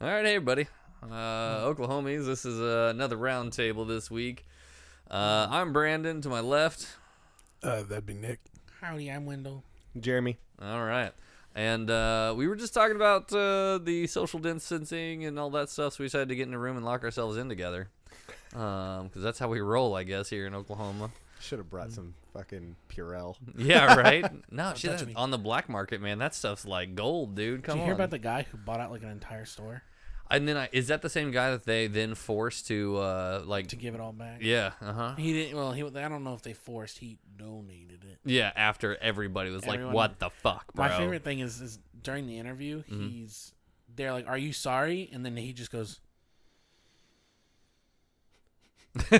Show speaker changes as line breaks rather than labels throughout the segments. All right, hey everybody, uh,
Hmm.
Oklahomies. This is uh, another roundtable this week. Uh,
Hmm.
I'm Brandon to my left.
Uh, that'd be Nick.
Howdy, I'm Wendell.
Jeremy.
All right, and uh, we were just talking about uh, the social distancing and all that stuff, so we decided to get in a room and lock ourselves in together, because that's how we roll, I guess, here in Oklahoma.
Should have brought some fucking Purell.
Yeah, right. No, shit,
touch
that's-
me.
on the black market, man, that stuff's like gold, dude. Come
Did you
on.
hear about the guy who bought out like an entire store
and then I, is that the same guy that they then forced to uh, like?
to give it all back?
yeah. Uh huh.
He didn't. Well, he. I don't know if they forced. He donated it.
Yeah, after everybody was like,
Everyone-
"What the fuck, bro?" Mm-hmm.
My favorite thing is, is during the interview, he's they're like, "Are you sorry?" And then he just goes,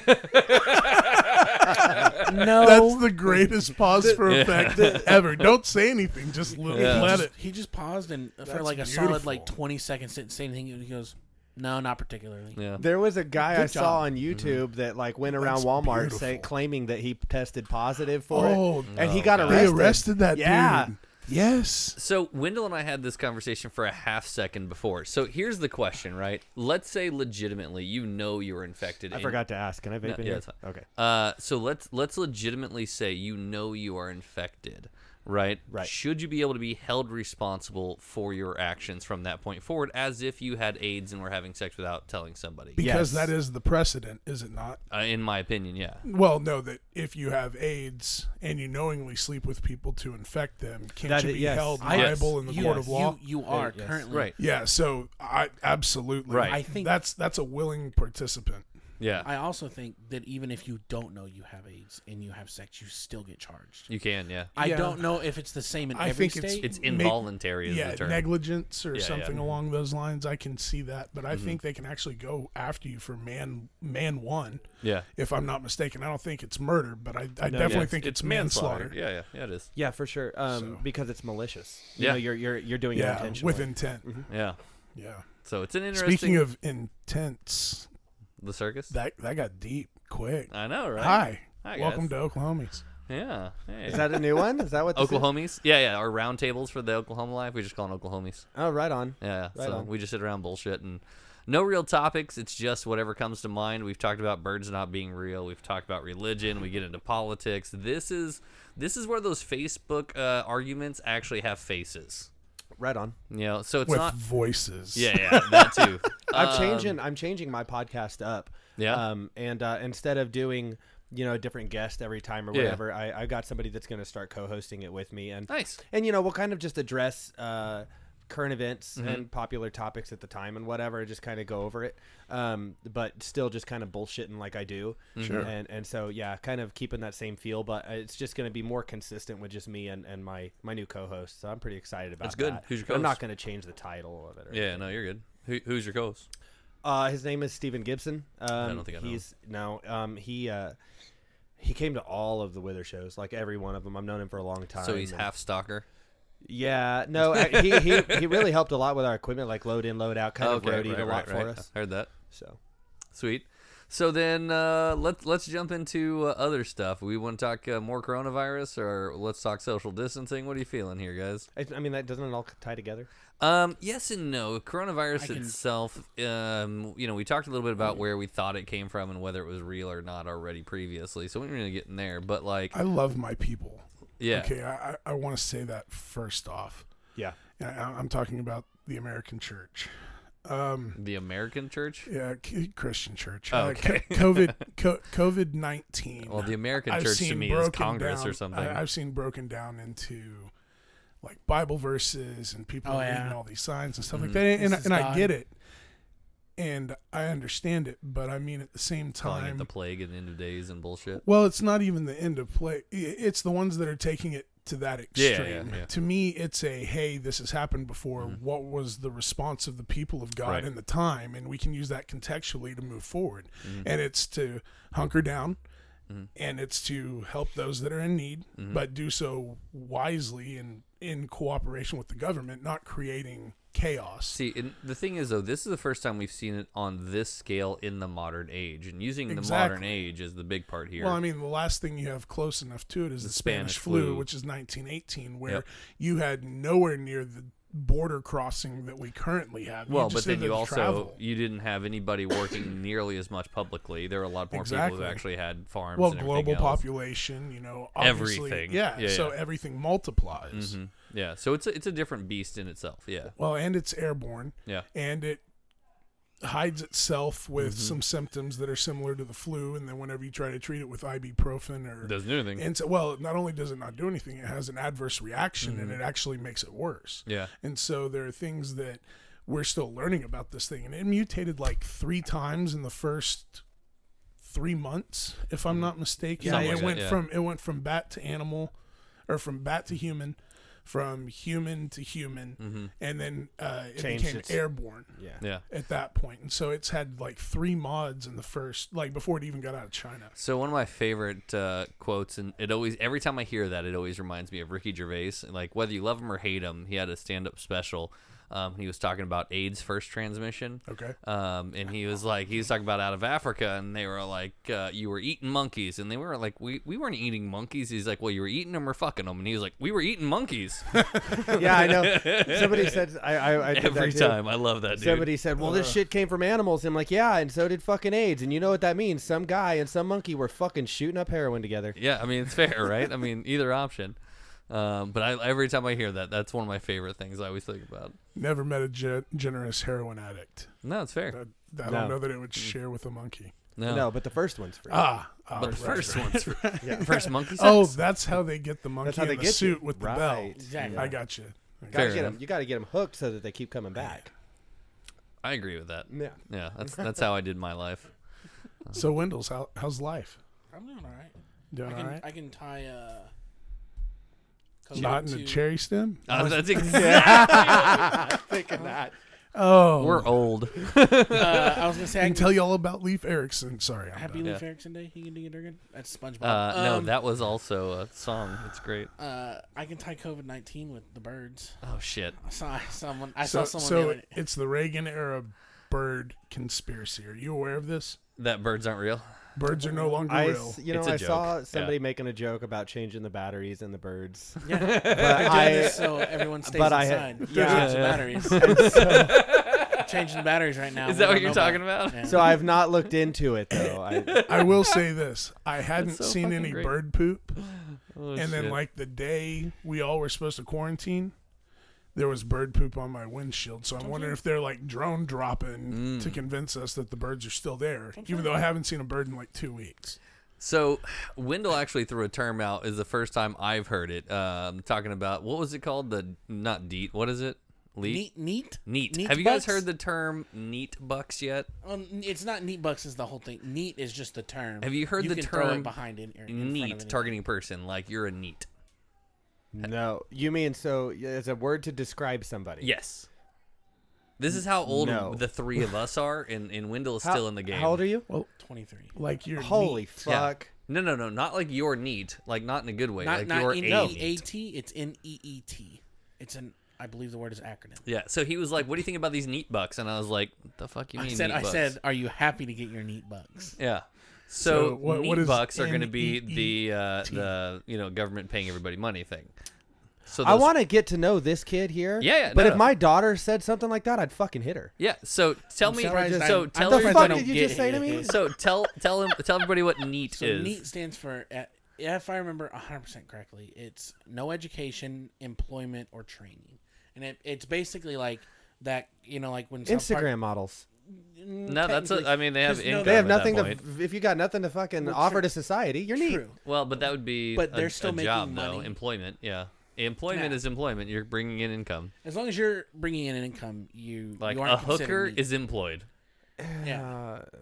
"No."
That's the greatest pause for
Yeah.
effect ever. Don't say anything. Just let,
Yeah.
let
Just-
it.
He just paused and uh, for
That's
like a solid like
beautiful.
twenty seconds didn't say anything. and He goes, "No, not particularly."
Yeah.
There was a guy
Good
I saw
job.
on YouTube that like went around
That's
Walmart
beautiful.
saying, claiming that he tested positive for
Oh,
it, and he
no.
got
They
They
arrested.
arrested that
Yeah.
dude. Yes.
So Wendell and I had this conversation for a half second before. So here's the question, right? Let's say legitimately you know you're infected.
I
and-
forgot to ask. Can I vape
No,
in
yeah,
here?
it's fine.
Okay.
Uh, so let's let's legitimately say you know you are infected, right?
Right.
Should you be able to be held responsible for your actions from that point forward, as if you had AIDS and were having sex without telling somebody?
Because
Yes.
that is the precedent, is it not?
Uh, in my opinion, yeah.
Well, no, that if you have AIDS and you knowingly sleep with people to infect them, can't
That
you
i-
be
yes.
held
I-
liable in the
You-
court of law?
You, you are
yes.
currently
Right.
yeah, so I absolutely
Right.
I think-
that's that's a willing participant.
Yeah.
I also think that even if you don't know you have AIDS and you have sex, you still get charged.
you can, yeah.
I
Yeah.
don't know if it's the same in
I
every
think it's-
state.
It's
Make-
involuntary is
yeah,
the term.
negligence or
Yeah, yeah.
something along those lines. I can see that, but I think they can actually go after you for man man one,
yeah.
if I'm not mistaken. I don't think it's murder, but I, I definitely think it's, manslaughter.
Yeah, yeah, yeah, it is.
Yeah, for sure. Um,
So-
because it's malicious. You
Yeah.
know, you're you're you're doing it
Yeah,
intentionally.
with intent.
Yeah.
Yeah.
So it's an interesting.
Speaking of intents,
the circus,
that that got deep quick.
I know, right?
Hi.
Hi,
Welcome to
guys.
Oklahomies.
Yeah. Hey.
Is that a new one? Is that what this is?
Oklahomies? Yeah, yeah. Our round tables for the Oklahoma Life, we just call them Oklahomies.
Oh, right on.
Yeah.
Right
so
on.
we just sit around bullshit and no real topics. It's just whatever comes to mind. We've talked about birds not being real. We've talked about religion. We get into politics. This is this is where those Facebook uh, arguments actually have faces.
Right on.
You know, so it's
With
not.
voices.
Yeah, yeah, that too.
I'm
Um,
changing. I'm changing my podcast up.
Yeah.
Um, and uh, instead of doing you know a different guest every time or
Yeah.
whatever, I, I got somebody that's going to start co-hosting it with me, and
Nice.
and you know we'll kind of just address uh, current events
Mm-hmm.
and popular topics at the time and whatever, just kind of go over it. Um, but still just kind of bullshitting like I do.
Mm-hmm.
Sure.
And and so yeah, kind of keeping that same feel, but it's just going to be more consistent with just me and, and my my new co-host. So I'm pretty excited about
That's good.
that.
Who's your
But I'm not
co-host?
going to change the title of it. Or
Yeah, no, you're good. Who, who's your co-host?
uh, his name is Stephen Gibson. Um, I
don't think I know him.
He's no. Um, he uh, he came to all of the Wither shows, like every one of them. I've known him for a long time.
So he's
and-
half stalker.
Yeah, no, I- he, he he really helped a lot with our equipment, like load in, load out, kind of roadied
right,
a
right,
lot for
right.
us.
Heard that.
So
Sweet. So then uh, let's let's jump into uh, other stuff. We want to talk uh, more coronavirus, or let's talk social distancing. What are you feeling here, guys?
I, I mean, that doesn't it all tie together?
Um, yes and no. Coronavirus
I can-
itself, um, you know, we talked a little bit about where we thought it came from and whether it was real or not already previously. So we didn't really get in there, but like,
I love my people.
yeah,
Okay, I, I- I want to say that first off.
Yeah,
And I, I'm talking about the American church. Um,
the American church.
yeah, C- Christian church.
Oh, okay.
Uh, co- COVID, co- COVID nineteen.
Well, the American
I've
church to
seen
me is
broken
Congress
down,
or something.
I, have seen broken down into like Bible verses and people
Oh,
reading
yeah.
all these signs and stuff like
Mm-hmm.
that. And, and,
This is
and I
God.
get it, and I understand it, but I mean at the same
calling
time,
it the plague and end of days and bullshit.
well, it's not even the end of play. I- It's the ones that are taking it to that
Yeah, yeah,
extreme.
yeah. Mm-hmm.
To me, it's a hey, this has happened before. What was the response of the people of God
Right.
in the time? And we can use that contextually to move forward.
Mm-hmm.
And it's to hunker down. And it's to help those that are in need,
Mm-hmm.
but do so wisely and in cooperation with the government, not creating chaos.
See, and the thing is, though, this is the first time we've seen it on this scale in the modern age, and using the modern
Exactly.
age is the big part here.
Well, I mean, the last thing you have close enough to it is the,
Spanish
Spanish, flu,
flu.
which is 1918, where
Yep.
you had nowhere near the border crossing that we currently have.
Well, but
just
then
had to
you also
travel.
you didn't have anybody working nearly as much publicly. There were a lot more people
Exactly.
who actually had farms.
well
and
global
everything else.
population, you know, obviously,
Everything.
Yeah,
Yeah,
so
yeah. Mm-hmm.
everything multiplies.
Hmm. Yeah, so it's a, it's a different beast in itself. Yeah,
Well, and it's airborne.
yeah,
and it hides itself with
Mm-hmm.
some symptoms that are similar to the flu and then whenever you try to treat it with ibuprofen or
it doesn't do anything.
and so, well not only does it not do anything it has an adverse reaction and
Mm-hmm.
it actually makes it worse
yeah,
and so there are things that we're still learning about this thing and it mutated like three times in the first three months if i'm not mistaken
Mm-hmm. Something
it
like that,
went
yeah.
from it went from bat to animal or from bat to human from human to human
Mm-hmm.
and then uh, it
Changed
became
its-
airborne
Yeah.
yeah.
at that point. And so it's had like three mods in the first, like before it even got out of China.
So one of my favorite uh, quotes, and it always every time I hear that, it always reminds me of Ricky Gervais. And like whether you love him or hate him, he had a stand-up special. Um, he was talking about AIDS first transmission.
Okay.
Um, and he was like, he was talking about out of Africa, and they were like, uh, you were eating monkeys, and they were like, we, we weren't eating monkeys. He's like, well, you were eating them or fucking them, and he was like, we were eating monkeys
yeah, I know. Somebody said I, I, I did
every
that too.
time. I love that dude.
Somebody said, "Well, this shit came from animals." I'm like, "Yeah, and so did fucking AIDS." And you know what that means? Some guy and some monkey were fucking shooting up heroin together.
Yeah, I mean it's fair, right? I mean either option. Um, but I, every time I hear that, that's one of my favorite things I always think about.
Never met a ge- generous heroin addict.
No, it's fair.
I, I
No.
don't know that it would
Mm.
share with a monkey.
No,
No, but the first one's free.
Ah, ah,
but the
right,
first
right.
one's first monkey sex.
Oh, that's how they get the monkey
That's how they
in
get
the suit
you.
with the
right.
belt.
Exactly.
I got you.
You gotta
Fair
get
enough.
'em- You got to get them hooked so that they keep coming back.
I agree with that.
Yeah.
Yeah, that's that's how I did my life.
So, Wendell's, how, how's life?
I'm doing all right.
Doing
I
all
can
right?
I can tie uh. COVID
Not in
to-
a cherry stem?
Uh, that's exactly.
Thinking that.
Oh.
We're old.
Uh, I was gonna say I
I can
can
tell you all about Leaf Erickson. Sorry. I'm
Happy
done.
Leif
Yeah.
Erikson Day. He can do it again. That's SpongeBob.
Uh, no,
Um,
that was also a song. It's great.
uh, I can tie COVID nineteen with the birds.
Oh shit.
I saw I someone. I
So,
saw someone.
so
doing it.
it's the Reagan era bird conspiracy. Are you aware of this?
That birds aren't real.
Birds are
Oh,
no longer
I,
real.
s- you know,
It's a
I
joke.
saw somebody
Yeah.
making a joke about changing the batteries and the birds.
Yeah.
But
doing
I,
this so everyone stays
but I had-
inside.
yeah.
Change the
Yeah.
batteries. Changing the batteries right now.
Is
We
that
don't
what you're
know
talking
about.
about?
Yeah.
so I've not looked into it though. I,
I will say this: I hadn't
so
seen
fucking
any
great.
bird poop,
Oh,
and then
shit.
like the day we all were supposed to quarantine, there was bird poop on my windshield. So I'm wondering if they're like drone dropping
Mm.
to convince us that the birds are still there, even though I haven't seen a bird in like two weeks.
So, Wendell actually threw a term out. Is the first time I've heard it. Um, talking about what was it called? The not deet. What is it? Leet.
neat, neat,
Neat.
neat
Have you guys
bucks?
heard the term neat bucks yet?
Um, it's not neat bucks is the whole thing. Neat is just the term.
Have you heard the
can throw
term
it behind it?
neat, targeting a person, like you're a neat.
no, you mean so it's a word to describe somebody.
Yes. This is how old
No.
the three of us are, and, and Wendell is
How-
still in the game.
How old are you?
twenty three.
Like you're
Holy
Yeah.
fuck.
No, no, no. Not like you're neat. Like, not in a good way.
Not
like
not
you're
N
a
E
neat.
A T. It's N E E T. It's an. I believe the word is acronym.
Yeah. So he was like, what do you think about these neat bucks? And I was like, the fuck you
I
mean
said.
neat
I
bucks?
said. Are you happy to get your neat bucks?
Yeah. So,
So what-
neat
what is
bucks are going to be
NEET?
the uh, the you know government paying everybody money thing. So
I
those-
want to get to know this kid here.
Yeah, yeah,
but
no,
if
no.
my daughter said something like that, I'd fucking hit her.
Yeah. So tell me.
surprised I-
So
I'm
tell
the
me.
surprised I
fuck
don't
did you
get
just say
any
to
of
me?
this.
So tell tell him tell everybody what neat
So
is.
NEAT stands for, uh, if I remember 100% correctly, it's no education, employment, or training. And it, it's basically like that, you know, like when South
Instagram
Park-
models.
Mm,
No, that's a,
technically-
I mean they have
'cause no,
income.
They have
at that
nothing to.
point.
If you got nothing to fucking
Well,
offer
true.
to society, you're neat.
True.
Well, but that would be
But
a-
they're still
a
making
job though.
money.
Employment, yeah. Employment
Yeah.
is employment. You're bringing in income.
As long as you're bringing in an income, you
Like
you
a
aren't considered
hooker
neat.
is employed.
yeah.
Uh,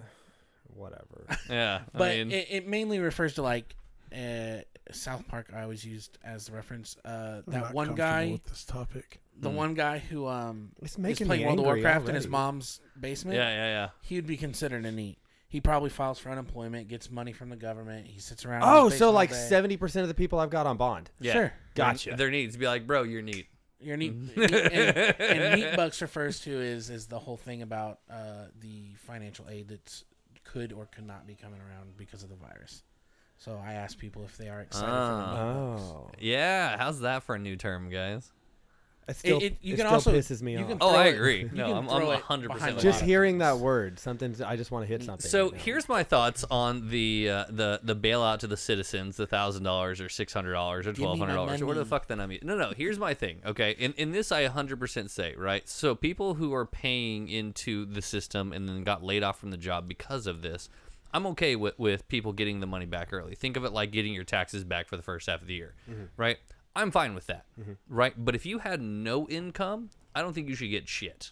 whatever.
Yeah.
But
I mean,
it, it mainly refers to like uh, South Park. I always used as the reference. Uh,
I'm
that
not
one
comfortable
guy,
with this topic.
the
Hmm.
one guy who um
It's
is
making me
playing World of
angry
Warcraft in his
already.
mom's basement.
yeah, yeah, yeah.
he would be considered a neat. He probably files for unemployment, gets money from the government. He sits around. in
Oh,
his
so
basement
like
all day.
seventy percent of the people I've got on bond.
Yeah.
Sure.
Gotcha.
Their needs be like, bro, you're neat.
Your neat,
Mm.
neat- and, and neat bucks refers to is is the whole thing about uh, the financial aid that's could or could not be coming around because of the virus. So I ask people if they are excited for the
Ah.
neat bucks.
Oh,
Yeah. How's that for a new term, guys?
I still,
It-
it,
it- you
it
can
still
also-
pisses me
you
off.
can
Oh, I
throw it-
agree.
you
No,
can
I'm- I'm
throw it
100%
behind the
with you.
lines.
just hearing that word, something's I just want to hit something.
So
you know?
here's my thoughts on the uh, the the bailout to the citizens, the thousand dollars or six hundred dollars or
me my
twelve hundred dollars or whatever the
money.
fuck that I'm. No, no. Here's my thing. Okay, in in this I 100 percent say right. So people who are paying into the system and then got laid off from the job because of this. I'm okay with, with people getting the money back early. Think of it like getting your taxes back for the first half of the year,
Mm-hmm.
right? I'm fine with that, right? But if you had no income, I don't think you should get shit.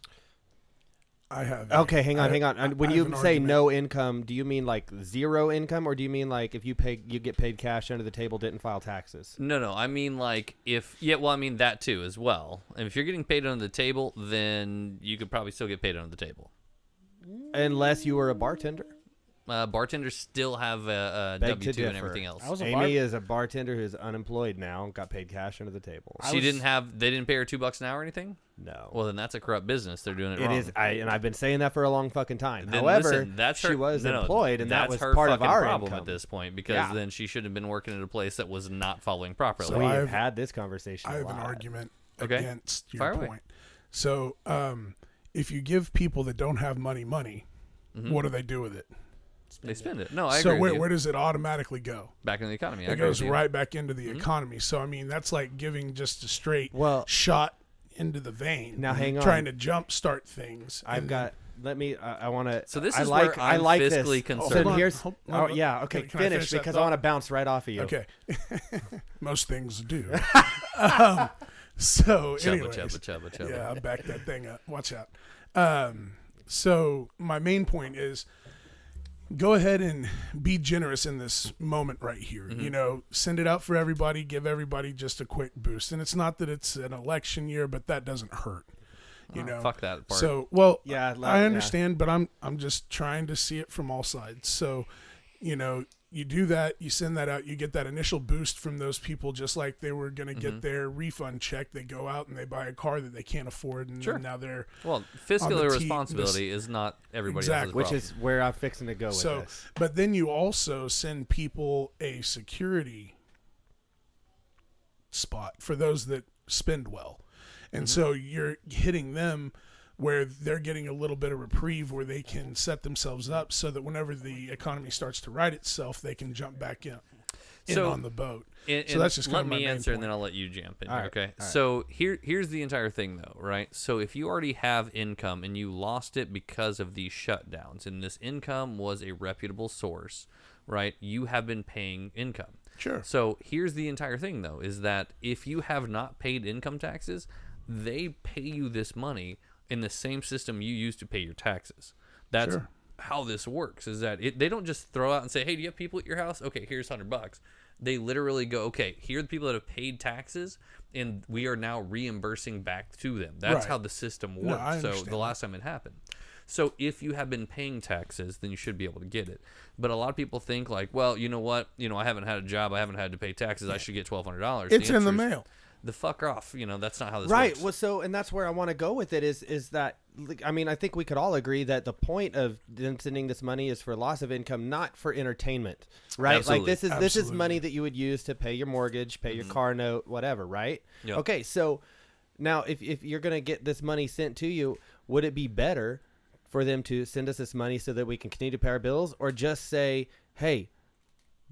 I have.
Okay, hang on,
I-
hang on.
I-
And when
I
you
have an
say
argument.
no income, do you mean like zero income, or do you mean like if you pay, you get paid cash under the table, didn't file taxes?
No, no. I mean, like, if yeah, well, I mean that too as well. And if you're getting paid under the table, then you could probably still get paid under the table.
Unless you were a bartender.
Uh, bartenders still have a, a
Beg
W
to
two and
differ.
everything else.
I was a
Amy
bar-
is a bartender who's unemployed now, got paid cash under the table.
I
she
was-
didn't have. They didn't pay her two bucks an hour or anything.
No,
Well, then that's a corrupt business. They're doing it,
it
wrong.
is. I and I've been saying that for a long fucking time.
Then
However,
listen, that's her,
she was
no, no,
employed, and that
that's
was
her
part of
fucking
our
problem
income.
at this point because
Yeah.
then she should have been working at a place that was not following properly.
So
We
I have-
have had this conversation.
I
a
have an
lot.
argument
Okay.
against your
Fire away.
point. So, um, if you give people that don't have money money, what do they do with it?
they spend it. No, Mm-hmm. I
so
agree. with
where,
you.
where does it automatically go?
Back in the economy. I
It
agree
goes
with you.
right back into the economy. So I mean, that's like giving just a straight
Mm-hmm. Well-
shot into the vein.
Now, hang on.
trying to jump start things.
I've
and
got. Let me. uh, I, I want to.
So this
I
is where
like. I
I'm
like
fiscally
this.
concerned.
So
Hold on,
here's.
hold
oh
on.
yeah. Okay.
Can I
finish,
finish that
because I
thought?
want to bounce right off of you.
Okay. Most things do. um, so,
Chubba,
anyways,
chubba, chubba, chubba.
yeah, I back that thing up. Watch out. Um, so, my main point is go ahead and be generous in this moment right here. You know, send it out for everybody, give everybody just a quick boost. And it's not that it's an election year, but that doesn't hurt. You know,
Uh, Fuck that part.
so well,
Yeah,
yeah,
like-
I
yeah.
understand, but I'm I'm just trying to see it from all sides. So, you know, you do that, you send that out, you get that initial boost from those people, just like they were going to
Mm-hmm.
get their refund check. They go out and they buy a car that they can't afford, and
Sure.
now they're
Well, fiscal
the T-
irresponsibility is not everybody
Exactly.
else's
Which
problem.
is where I'm fixing to go with
so.
this.
But then you also send people a security spot for those that spend well, and
Mm-hmm.
so you're hitting them where they're getting a little bit of reprieve where they can set themselves up so that whenever the economy starts to right itself, they can jump back in, in
So-
on the boat.
And,
so that's just
let
kinda my
me
main
answer, and
point.
then I'll let you jump in.
All right,
Okay.
all right.
So here, here's the entire thing, though, right? So if you already have income and you lost it because of these shutdowns, and this income was a reputable source, right? You have been paying income.
Sure.
So here's the entire thing, though, is that if you have not paid income taxes, they pay you this money in the same system you use to pay your taxes. That's how this works. Is that it, they don't just throw out and say, "Hey, do you have people at your house? Okay, here's hundred bucks." They literally go, "Okay, here are the people that have paid taxes, and we are now reimbursing back to them." That's
Right.
how the system
No, I
works. so
understand
the last time it happened. So if you have been paying taxes, then you should be able to get it. But a lot of people think like, well, you know what? You know, I haven't had a job. I haven't had to pay taxes. I should get twelve hundred dollars.
It's in the mail.
The fuck off. You know, that's not how this
right
works.
well so and that's where i want to go with it is is that like, i mean i think we could all agree that the point of them sending this money is for loss of income not for entertainment right
Absolutely. Mm-hmm.
like this is this is
Absolutely.
money that you would use to pay your mortgage pay your car note whatever right
Yep.
okay so now if, if you're going to get this money sent to you would it be better for them to send us this money so that we can continue to pay our bills or just say hey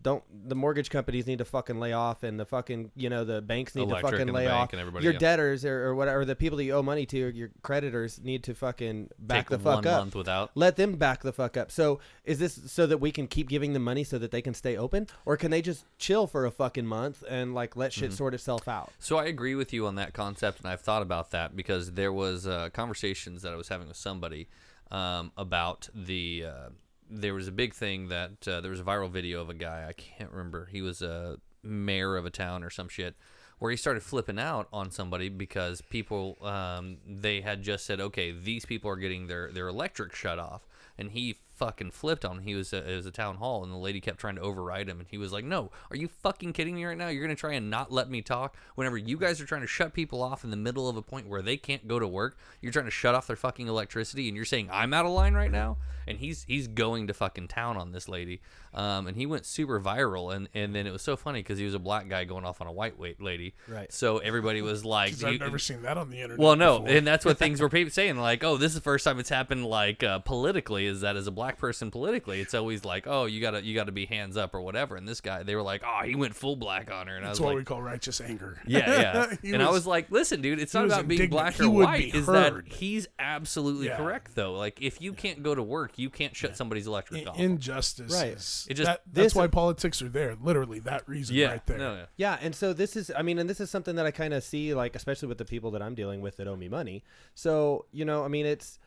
don't the mortgage companies need to fucking lay off and the fucking you know the banks need
Electric
to
and
fucking
the
lay
bank
off
and everybody,
your
yeah.
debtors or, or whatever the people that you owe money to or your creditors need to fucking back
Take
the fuck
one
up
month without.
let them back the fuck up so is this so that we can keep giving them money so that they can stay open or can they just chill for a fucking month and like let
Mm-hmm.
shit sort itself out
So I agree with you on that concept, and I've thought about that because there was uh, conversations that I was having with somebody um, about the. Uh, there was a big thing that uh, there was a viral video of a guy I can't remember. He was a mayor of a town or some shit, where he started flipping out on somebody because people um, they had just said, okay, these people are getting their their electric shut off, and he fucking flipped on him. He was, uh it was a town hall, and the lady kept trying to override him, and he was like, "No, are you fucking kidding me right now? You're gonna try and not let me talk whenever you guys are trying to shut people off in the middle of a point where they can't go to work. You're trying to shut off their fucking electricity, and you're saying I'm out of line right now." And he's he's going to fucking town on this lady, um, and he went super viral, and and then it was so funny because he was a black guy going off on a white wait lady,
Right.
So everybody was like,
'Cause I've
you-
never seen that on the internet.
well, no,
before.
and that's what things were people saying. Like, oh, this is the first time it's happened. Like uh, politically, is that as a black person politically, it's always like, oh, you gotta you gotta be hands up or whatever. And this guy, they were like, oh, he went full black on her, and I
that's
was
what
like.
we call righteous anger.
Yeah, yeah.
He
and I was like, listen, dude, it's not
was
about being black
indignant. He
or
would
white.
be
Is that
heard.
he's absolutely
Yeah.
correct though? Like, if you can't go to work, you can't shut somebody's electric
in-
off.
injustice.
Right.
is-
It just-
that-
this-
that's why politics are there. Literally, that reason
yeah,
right there.
no, yeah.
Yeah, and so this is I mean, and this is something that I kind of see like especially with the people that I'm dealing with that owe me money. So, you know, I mean, it's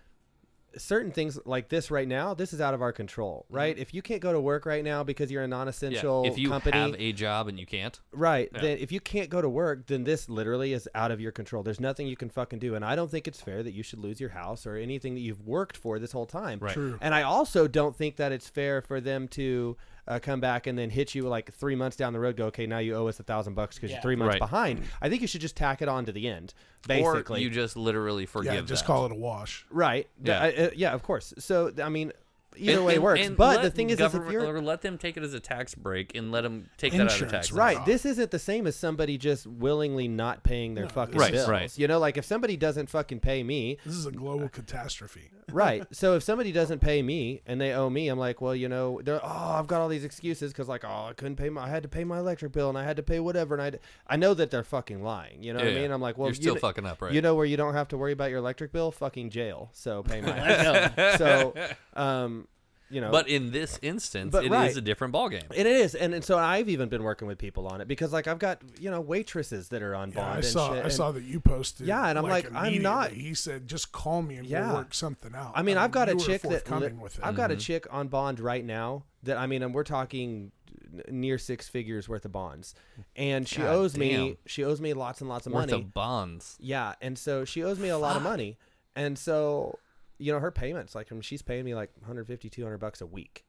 certain things like this right now, this is out of our control, right? If you can't go to work right now because you're a
Mm-hmm. Yeah,
non-essential
If you
company,
have a job and you can't,
Right. Then if you can't go to work, then this literally is out of your control. There's nothing you can fucking do. And I don't think it's fair that you should lose your house or anything that you've worked for this whole time.
Right. True.
And I also don't think that it's fair for them to uh, come back and then hit you like three months down the road. Go, okay, now you owe us a thousand bucks because you're
Yeah.
three months
Right.
behind. I think you should just tack it on to the end, basically.
or you just literally forgive.
Yeah, just
that.
call it a wash.
right.
Yeah.
Yeah. uh, yeah. Of course. So th- I mean, either
And-
way
and-
works.
and
But
let
the thing is, is if
government-
you're
or let them take it as a tax break and let them take that out of
Insurance,
tax.
right.
Right. This isn't the same as somebody just willingly not paying their fucking
Right,
bills.
right.
You know, like if somebody doesn't fucking pay me,
This is a global catastrophe.
right. so if somebody doesn't pay me and they owe me, I'm like, well, you know, they're, oh, I've got all these excuses because like, oh, I couldn't pay my, I had to pay my electric bill and I had to pay whatever, and I, d- I know that they're fucking lying. You know
Yeah,
what I
yeah.
mean? I'm like, well,
You're
you
still
kn-
fucking up, right?
You know where you don't have to worry about your electric bill? Fucking jail. So pay my.
Let go.
so, um, you know,
But in this instance, it
But
is
right.
a different ballgame.
It is, and, and so I've even been working with people on it because like I've got you know waitresses that are on
Yeah,
bond.
I
and
saw.
shit,
I
and-
saw that you posted.
Yeah, and I'm like, I'm not-
immediately. He said, just call me and
Yeah.
we'll work something out. Um,
I mean, I've got a
you were
chick that li-
forthcoming with it. Mm-hmm.
I've got a chick on bond right now that I mean, and we're talking n- near six figures worth of bonds, and she
God
owes
damn.
me she owes me lots and lots of
Worth
money.
of bonds.
yeah, and so she owes me a lot of money, and so you know her payments like I mean, she's paying me like 150 200 bucks a week.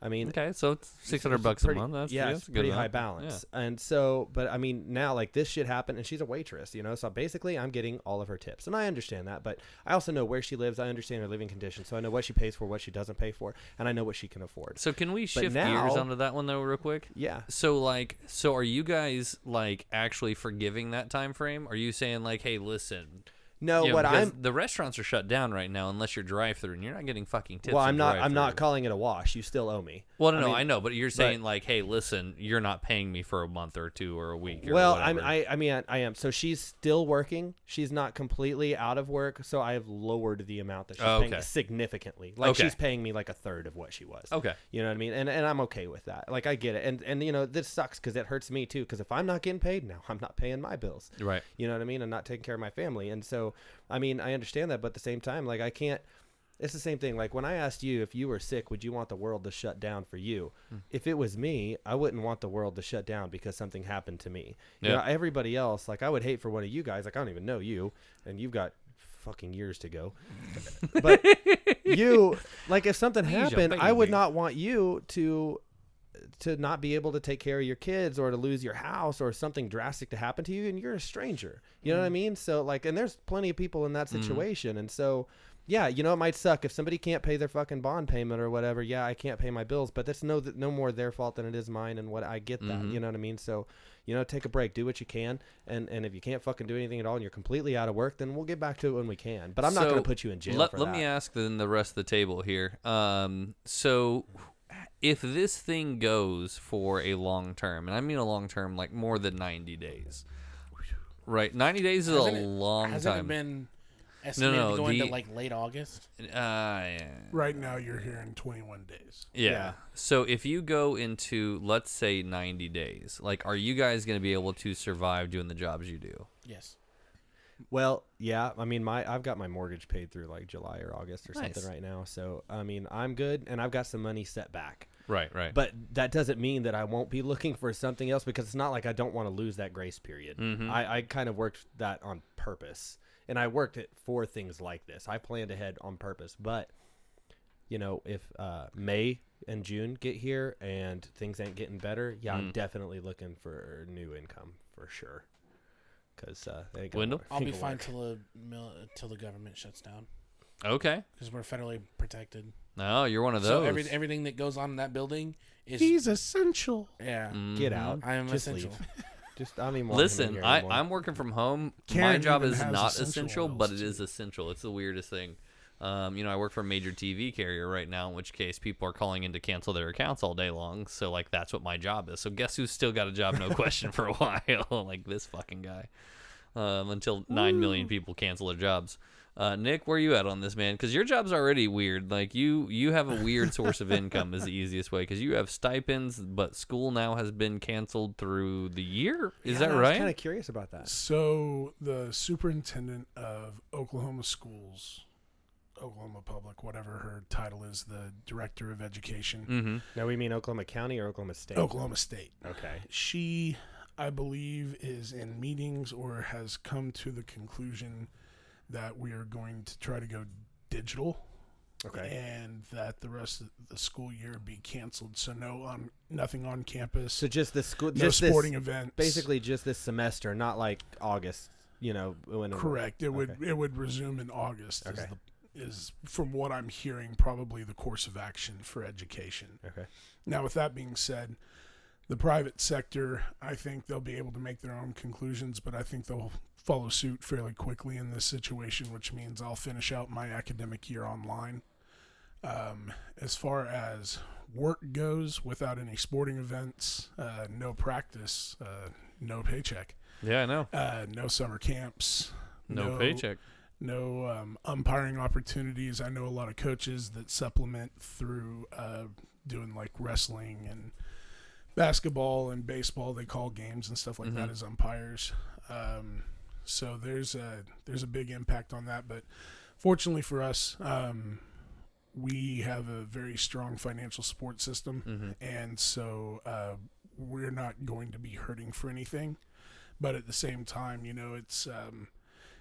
I mean,
Okay, so it's six hundred
it's
bucks a
pretty-
month. That's,
yeah,
yeah,
it's
that's a good
pretty
amount.
high balance. And so, but I mean, now like this shit happened, and she's a waitress, you know. So basically, I'm getting all of her tips, and I understand that. But I also know where she lives. I understand her living conditions, so I know what she pays for, what she doesn't pay for, and I know what she can afford.
So can we shift gears
now-
onto that one though, real quick?
Yeah.
So like, so are you guys like actually forgiving that time frame? Are you saying like, hey, listen?
No,
you know,
what
because
I'm
the restaurants are shut down right now unless you're drive through and you're not getting fucking tips.
well,
at
I'm not. I'm not
drive-thru.
calling it a wash. You still owe me.
Well, no,
I
no, I,
mean-
know, but you're saying like, hey, listen, you're not paying me for a month or two or a week. Or
Well, I'm,
whatever.
I, I mean, I am. So she's still working. She's not completely out of work. So I have lowered the amount that she's
Oh, okay.
paying significantly. Like
Okay.
she's paying me like a third of what she was.
Okay.
You know what I mean? And and I'm okay with that. Like I get it. And and you know this sucks because it hurts me too. Because if I'm not getting paid now, I'm not paying my bills.
Right.
You know what I mean? I'm not taking care of my family. And so, I mean, I understand that, but at the same time, like I can't. It's the same thing. Like when I asked you if you were sick, would you want the world to shut down for you?
Hmm.
If it was me, I wouldn't want the world to shut down because something happened to me. You
Yeah.
know, everybody else, like I would hate for one of you guys. Like I don't even know you, and you've got fucking years to go. but you, like if something
a
happened, I would
baby.
not want you to to not be able to take care of your kids or to lose your house or something drastic to happen to you and you're a stranger. You
Mm.
know what I mean? So like and there's plenty of people in that situation and so yeah, you know it might suck if somebody can't pay their fucking bond payment or whatever. Yeah, I can't pay my bills, but that's no no more their fault than it is mine and what I get that.
Mm-hmm.
You know what I mean? So, you know, take a break, do what you can and and if you can't fucking do anything at all and you're completely out of work, then we'll get back to it when we can. But I'm not going
So,
to put you in jail
Let,
for
let
that.
me ask then the rest of the table here. Um, so if this thing goes for a long term, and I mean a long term, like more than ninety days, right? Ninety days is
Hasn't
a
it-
long
Hasn't
time.
it been estimated
no,
going
the-
to like late August?
uh, yeah.
Right now, you're here in 21 days.
Yeah.
Yeah.
So if you go into let's say ninety days, like, are you guys going to be able to survive doing the jobs you do?
Yes.
Well, yeah, I mean my I've got my mortgage paid through like July or August or
Nice.
something right now. So, I mean, I'm good and I've got some money set back.
Right. Right.
But that doesn't mean that I won't be looking for something else because it's not like I don't want to lose that grace period.
Mm-hmm.
I, I kind of worked that on purpose. And I worked it for things like this. I planned ahead on purpose, but you know, if uh, May and June get here and things ain't getting better, yeah,
Mm.
I'm definitely looking for new income for sure. Because uh, they ain't gonna
Wendell?
work-
I'll
ain't
be
gonna
fine
work.
till the mil- till the government shuts down
Okay.
because we're federally protected.
No, you're one of those.
So every, everything that goes on in that building is
He's essential.
yeah.
Mm.
Get out.
I am
Just
essential.
leave. Just I mean,
Mm-hmm. Listen, I, I'm working from home. My
Karen
job
even
is
has
not
essential
essential,
oils,
but it is essential. It's the weirdest thing. Um, you know, I work for a major TV carrier right now, in which case people are calling in to cancel their accounts all day long. So, like, that's what my job is. So, guess who's still got a job, no question, for a while? like, this fucking guy. Um, until 9 million people cancel their jobs. Uh, Nick, where you at on this, man? Because your job's already weird. Like, you you have a weird source of income, is the easiest way. Because you have stipends, but school now has been canceled through the year. Is that right?
kind of curious about that.
So the superintendent of Oklahoma schools, Oklahoma Public, whatever her title is, the director of education,
Mm-hmm.
Now we mean Oklahoma County or Oklahoma
Mm.
State.
Oklahoma State.
Okay.
She, I believe, is in meetings or has come to the conclusion that we are going to try to go digital
Okay.
and that the rest of the school year be canceled. So no on nothing on campus.
So just the school,
no
just
sporting
this,
events.
basically just this semester, not like August. You know, when
correct. It would
Okay.
it would resume in August. Is,
Okay.
the, is from what I'm hearing, probably the course of action for education.
Okay.
Now, with that being said, the private sector, I think they'll be able to make their own conclusions, but I think they'll follow suit fairly quickly in this situation, which means I'll finish out my academic year online. Um, as far as work goes, without any sporting events, uh, no practice, uh, no paycheck,
Yeah, I know.
uh, no summer camps,
No, paycheck.
no um, umpiring opportunities. I know a lot of coaches that supplement through uh, doing like wrestling and basketball and baseball. They call games and stuff like
Mm-hmm.
that as umpires. Um, so there's a there's a big impact on that. But fortunately for us, um, we have a very strong financial support system,
Mm-hmm.
and so uh, we're not going to be hurting for anything. But at the same time, you know, it's um,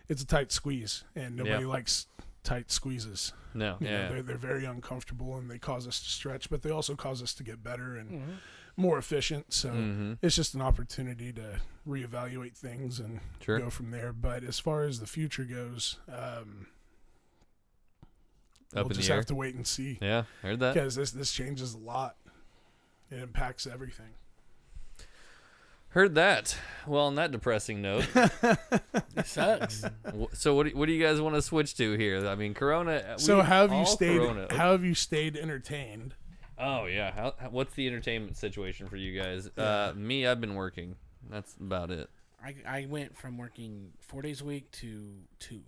it's a tight squeeze, and nobody
Yeah.
likes tight squeezes.
No,
You know,
yeah.
they're, they're very uncomfortable and they cause us to stretch, but they also cause us to get better
Mm.
and
Mm-hmm.
more efficient. So
Mm. Mm-hmm.
it's just an opportunity to reevaluate things and
Sure.
go from there. But as far as the future goes, um,
Up
we'll
in
just
the air.
have to wait and see
Yeah, heard that.
because this this changes a lot. It impacts everything.
Heard that. Well, on that depressing note,
It sucks.
wh- so what do, what do you guys want to switch to here? I mean, Corona. we-
so how have you
all
stayed?
Corona.
How have you stayed entertained?
Oh yeah. How, how- what's the entertainment situation for you guys? Uh, me, I've been working. That's about it.
I, I went from working four days a week to two,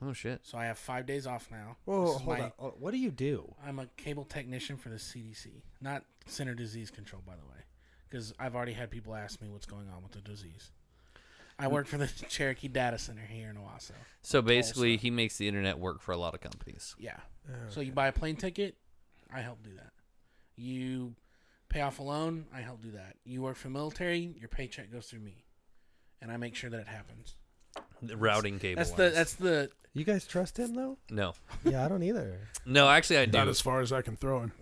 Oh shit.
so I have five days off now.
Whoa,
This is
hold
my-
on. Oh, What do you do?
I'm a cable technician for the CDC, not Center Disease Control, by the way, because I've already had people ask me what's going on with the disease. I
Mm.
work for the Cherokee Data Center here in Owasso.
So basically, he makes the internet work for a lot of companies.
Yeah.
Oh,
So you buy a plane ticket, I help do that. You pay off a loan, I help do that. You work for military, your paycheck goes through me, and I make sure that it happens.
The routing cable.
That's the
lines.
that's the
You guys trust him though?
no,
Yeah, I don't either.
no. Actually, I do.
Not as far as I can throw him.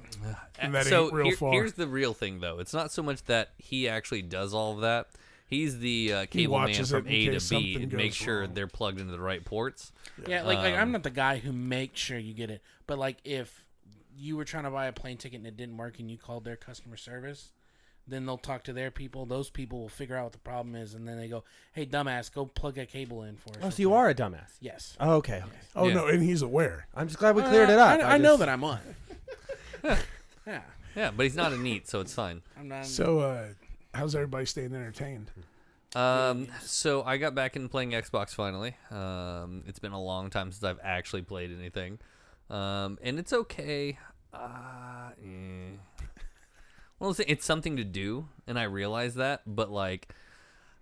And that
Uh, so
ain't real
here-
far.
here's the real thing, though. It's not so much that he actually does all of that. He's the uh, cable man
watches it
from
in
A
case
to B
something
and
goes
makes sure
wrong.
they're plugged into the right ports.
Yeah, like, like I'm not the guy who makes sure you get it, but like if you were trying to buy a plane ticket and it didn't work and you called their customer service, then they'll talk to their people. Those people will figure out what the problem is, and then they go, "Hey, dumbass, go plug a cable in for us."
Oh, so you are a dumbass.
Yes. Uh,
Oh, okay. okay.
Oh
Yeah.
no, and he's aware.
I'm just glad we cleared it up.
I, I know
just-
that I'm on. yeah,
Yeah, but he's not a neat, so it's fine.
I'm not.
So uh, how's everybody staying entertained?
Um, so I got back into playing Xbox finally. Um, it's been a long time since I've actually played anything, um, and it's okay. Uh, eh. Well, it's, it's something to do, and I realize that, but like,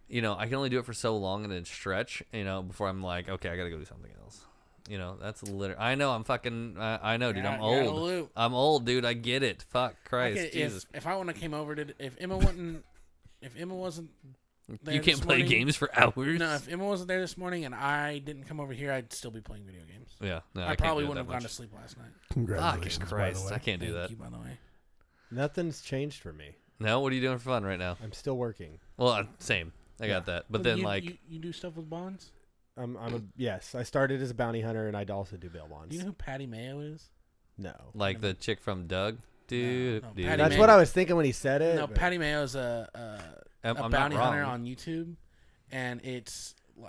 you know, I can only do it for so long and then stretch, you know, before I'm like, okay, I gotta go do something else. You know, that's literally. I know I'm fucking. I, I know, dude.
You're
I'm
out- you're out of the
old.
loop.
I'm old, dude. I get it. Fuck Christ,
Okay,
Jesus.
if, if I wouldn't have came over to, if Emma wasn't, if Emma wasn't there
you can't
this
play
morning-
games for hours.
No, if Emma wasn't there this morning and I didn't come over here, I'd still be playing video games.
yeah, no, I,
I,
can't
probably
do
wouldn't have
that
gone to
much.
sleep last night.
Fucking
Congratulations, by the
Christ,
way.
I can't do
Thank
that.
you, by the way.
Nothing's changed for me.
No, what are you doing for fun right now?
I'm still working.
Well, uh, same. I got that. But then
you,
like
you, you do stuff with bonds.
I'm, I'm a yes. I started as a bounty hunter, and I'd also do bail
Do
bonds.
you know who Patty Mayo is?
No,
like the chick from Doug. Dude,
no,
dude.
Patty
that's
Mayo-
what I was thinking when he said it.
No,
but-
Patty Mayo is a, a,
I'm,
a
I'm
bounty
not wrong.
hunter on YouTube, and it's li-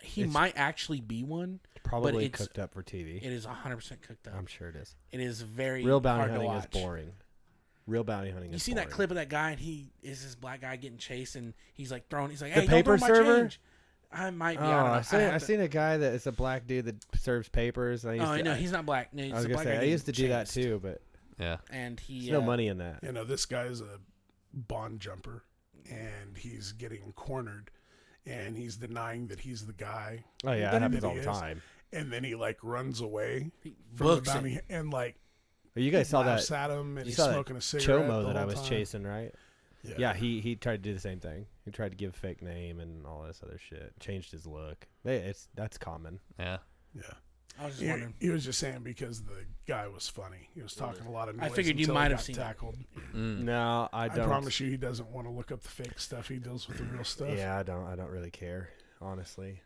he
It's-
might actually be one.
probably
it's-
cooked up for TV.
It is 100% cooked up.
I'm sure it is.
It is very
Real bounty
hard
hunting
to
is
watch.
boring. Real bounty hunting
You
is
see
boring.
that clip of that guy, and he is this black guy getting chased, and he's like throwing. He's like,
The
"Hey, don't throw
paper
my
server?
change." I might
Oh,
be. I don't know.
I've seen,
I
I've
have to-
seen a guy that is a black dude that serves papers. And I used
Oh
to,
no,
I-
he's not black. No, he's
I was
a
gonna
black
say
guy
I used to
getting
do that
chased.
too, but
Yeah.
And he
there's no
uh,
money in that.
You know, this guy is a bond jumper and he's getting cornered and he's denying that he's the guy.
Oh yeah, that
Then
happens all the
immediately is.
time.
And then he like runs away
He
from
books
the
it.
bounty and like
Oh, You guys saw that
laughs at him and
you
he's
saw that
smoking a cigarette.
chomo
the
that I
whole
was
time.
chasing, right? Yeah, he he tried to do the same thing. He tried to give fake name and all this other shit. Changed his look. They, it's that's common.
Yeah.
yeah.
I was just
He,
wondering.
he was just saying because the guy was funny. He was talking a lot of noise.
I figured you
until he
might have
got
seen it.
tackled.
Hmm.
Mm.
No, I
I,
don't.
promise you, he doesn't want to look up the fake stuff. He deals with the real stuff.
Yeah, I don't. I don't really care, honestly.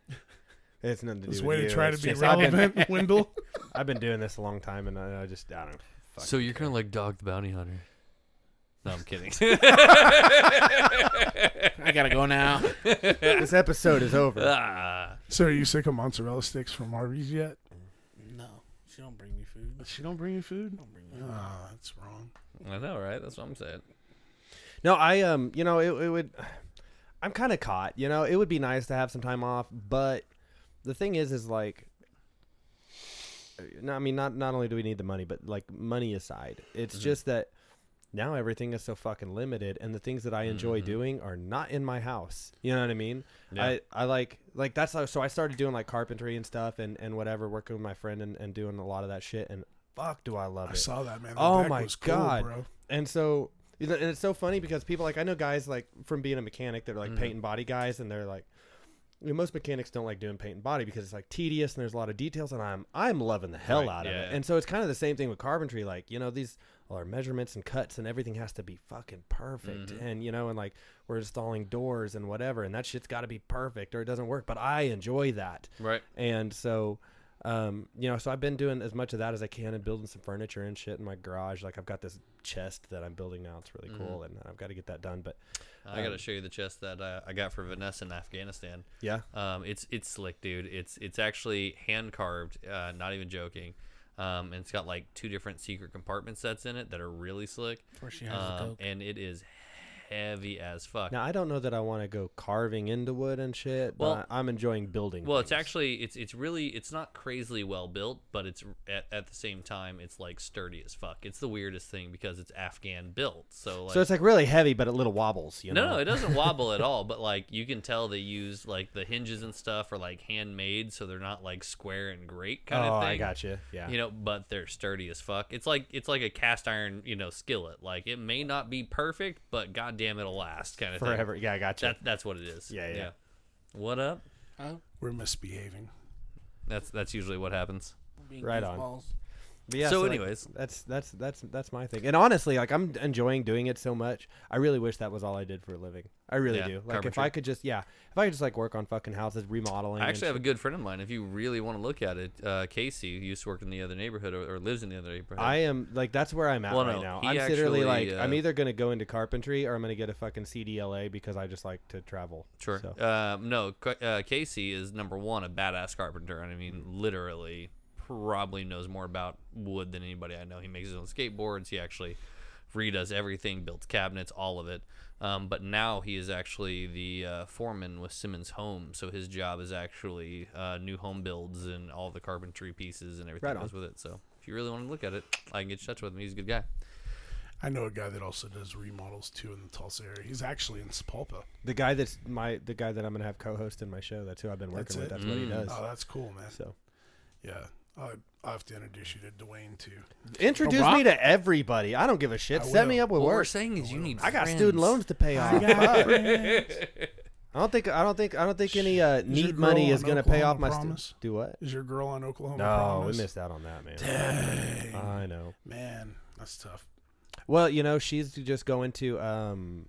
It's nothing to
It's
do
a way
with
to
you.
try to
It's
be
just I've been-
relevant, Wendell.
I've been doing this a long time, and I, I just I don't. Fucking
So you're
care.
kind of like Dog the Bounty Hunter. No, I'm kidding.
I gotta go now.
this episode is over.
Ah.
So, are you sick of mozzarella sticks from Harvey's yet?
no, she don't bring me food. She
She don't bring you food.
don't bring me. Food.
Ah, that's wrong.
I know, right? That's what I'm saying.
No, I um, you know, it, it would. I'm kind of caught. You know, it would be nice to have some time off, but the thing is, is like. No, I mean, not not only do we need the money, but like money aside, it's
Mm-hmm.
just that now everything is so fucking limited, and the things that I enjoy
Mm-hmm.
doing are not in my house. You know what I mean?
Yeah.
I I like like that's how, so I started doing like carpentry and stuff, and and whatever, working with my friend and, and doing a lot of that shit, and fuck, do I love
I
it?
saw that man. The
Oh
back
my
was cool,
God.
bro.
And so, you know, and it's so funny because people like I know guys like from being a mechanic that are like
Mm-hmm.
paint and body guys, and they're like, I mean, most mechanics don't like doing paint and body because it's like tedious and there's a lot of details, and I'm I'm loving the hell
Right,
out of
yeah.
it. And so it's kind of the same thing with carpentry, like you know these all our measurements and cuts and everything has to be fucking perfect,
Mm-hmm.
and you know, and like we're installing doors and whatever, and that shit's got to be perfect or it doesn't work. But I enjoy that.
Right.
And so, um, you know, so I've been doing as much of that as I can and building some furniture and shit in my garage. Like I've got this chest that I'm building now. It's really cool,
Mm-hmm.
and I've got to get that done. But
I got to show you the chest that uh, I got for Vanessa in Afghanistan.
yeah,
Um, it's it's slick, dude. It's it's actually hand carved. Uh, not even joking. Um, and it's got like two different secret compartment sets in it that are really slick.
Where she has the
Um,
coke.
and it is heavy as fuck.
now I don't know that I want to go carving into wood and shit. But
Well-
I'm enjoying building.
Well, it's
things.
actually it's it's really it's not crazily well built, but it's at, at the same time it's like sturdy as fuck. It's the weirdest thing because it's Afghan built. So like
so it's like really heavy, but it little wobbles. You
no,
know,
no, it doesn't wobble at all. But like you can tell they used like the hinges and stuff are like handmade, so they're not like square and great kind
oh,
of thing.
I got you. Yeah,
You know, but they're sturdy as fuck. It's like it's like a cast iron, you know, skillet. Like it may not be perfect, but goddamn, it'll last kind of thing.
forever. Yeah, I got you.
That that's what it is.
Yeah, yeah.
What up?
Oh,
We're misbehaving.
That's that's usually what happens.
being
Right on.
goofballs.
But yeah,
So
like,
anyways.
that's that's that's that's my thing. And honestly, like I'm enjoying doing it so much. I really wish that was all I did for a living. I really
Yeah,
do. Like if
carpentry.
I could just yeah, if I could just like work on fucking houses, remodeling.
I
and
actually have a
shit.
good friend of mine. If you really want to look at it, uh, Casey, who used to work in the other neighborhood or, or lives in the other neighborhood.
I am like that's where I'm at
Well,
right
no,
now.
he
I'm literally like
actually, uh,
I'm either gonna go into carpentry or I'm gonna get a fucking CDLA because I just like to travel.
Sure.
So,
Um, no, Ca- uh, Casey is number one, a badass carpenter. And I mean,
Mm-hmm.
literally, probably knows more about wood than anybody I know. He makes his own skateboards. He actually redoes everything, builds cabinets, all of it. Um, but now he is actually the uh, foreman with Simmons Home. So his job is actually uh, new home builds and all the carpentry pieces and everything
Right
that goes with it. So if you really want to look at it, I can get in touch with him. He's a good guy.
I know a guy that also does remodels too in the Tulsa area. He's actually in Sepulpa.
the guy that's my the guy that I'm gonna have co-host in my show. That's who I've been
That's
working with.
it?
That's
Mm.
what he
Mm.
does.
Oh, that's cool, man.
So
Yeah. I I have to introduce you to Dwayne too.
introduce
Barack-
me to everybody. I don't give a shit.
I
Set
will.
me up with
What we're
work.
saying is you need
I got student
friends.
loans to pay off. Fuck. I don't think I don't think I don't think any uh,
your
neat money
girl
is
on
going to pay
Oklahoma
off my stu-
Promise?
Do what?
Is your girl on Oklahoma?
No, we
Promise?
missed Uh, out on that, man.
Dang,
I know.
man, that's tough.
Well, you know, she's just going to um,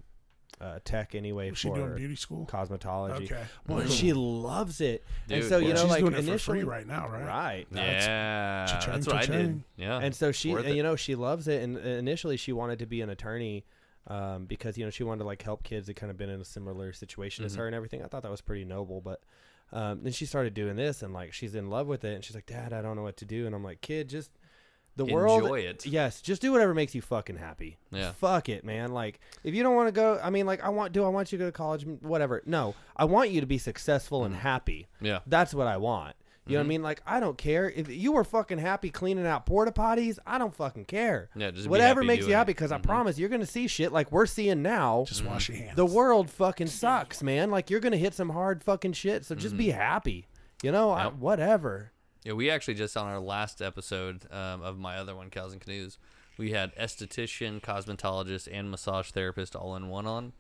uh, tech anyway
Was she
for
doing beauty school?
cosmetology.
Okay.
Well, she loves it, and
Dude,
so
yeah.
you know,
she's
like
doing it
initially,
for free right now, right?
right?
yeah,
cha-ching,
that's what I did.
cha-ching.
Yeah,
and so she
worth
and,
it.
you know she loves it and uh, initially she wanted to be an attorney um, because you know she wanted to like help kids that kind of been in a similar situation
Mm-hmm.
as her and everything i thought that was pretty noble but um, then she started doing this and like she's in love with it and she's like dad i don't know what to do and i'm like kid just the world
Enjoy it.
yes just do whatever makes you fucking happy
Yeah.
fuck it man like if you don't want to go i mean like i want do i want you to go to college whatever no i want you to be successful
Mm-hmm.
and happy
yeah. Mm-hmm.
that's what I want. You know what I mean? Like I don't care if you were fucking happy cleaning out porta potties. I don't fucking care.
Yeah, just be happy
whatever
Mm-hmm.
makes you
doing
happy.
it.
Because I promise you're gonna see shit like we're seeing now.
Just wash your hands.
the world fucking sucks, man. Like you're gonna hit some hard fucking shit. So just be happy. You know, I,
Mm-hmm. Yep.
whatever.
Yeah, we actually just on our last episode um, of my other one, Cows and Canoes, we had esthetician, cosmetologist, and massage therapist all in one on.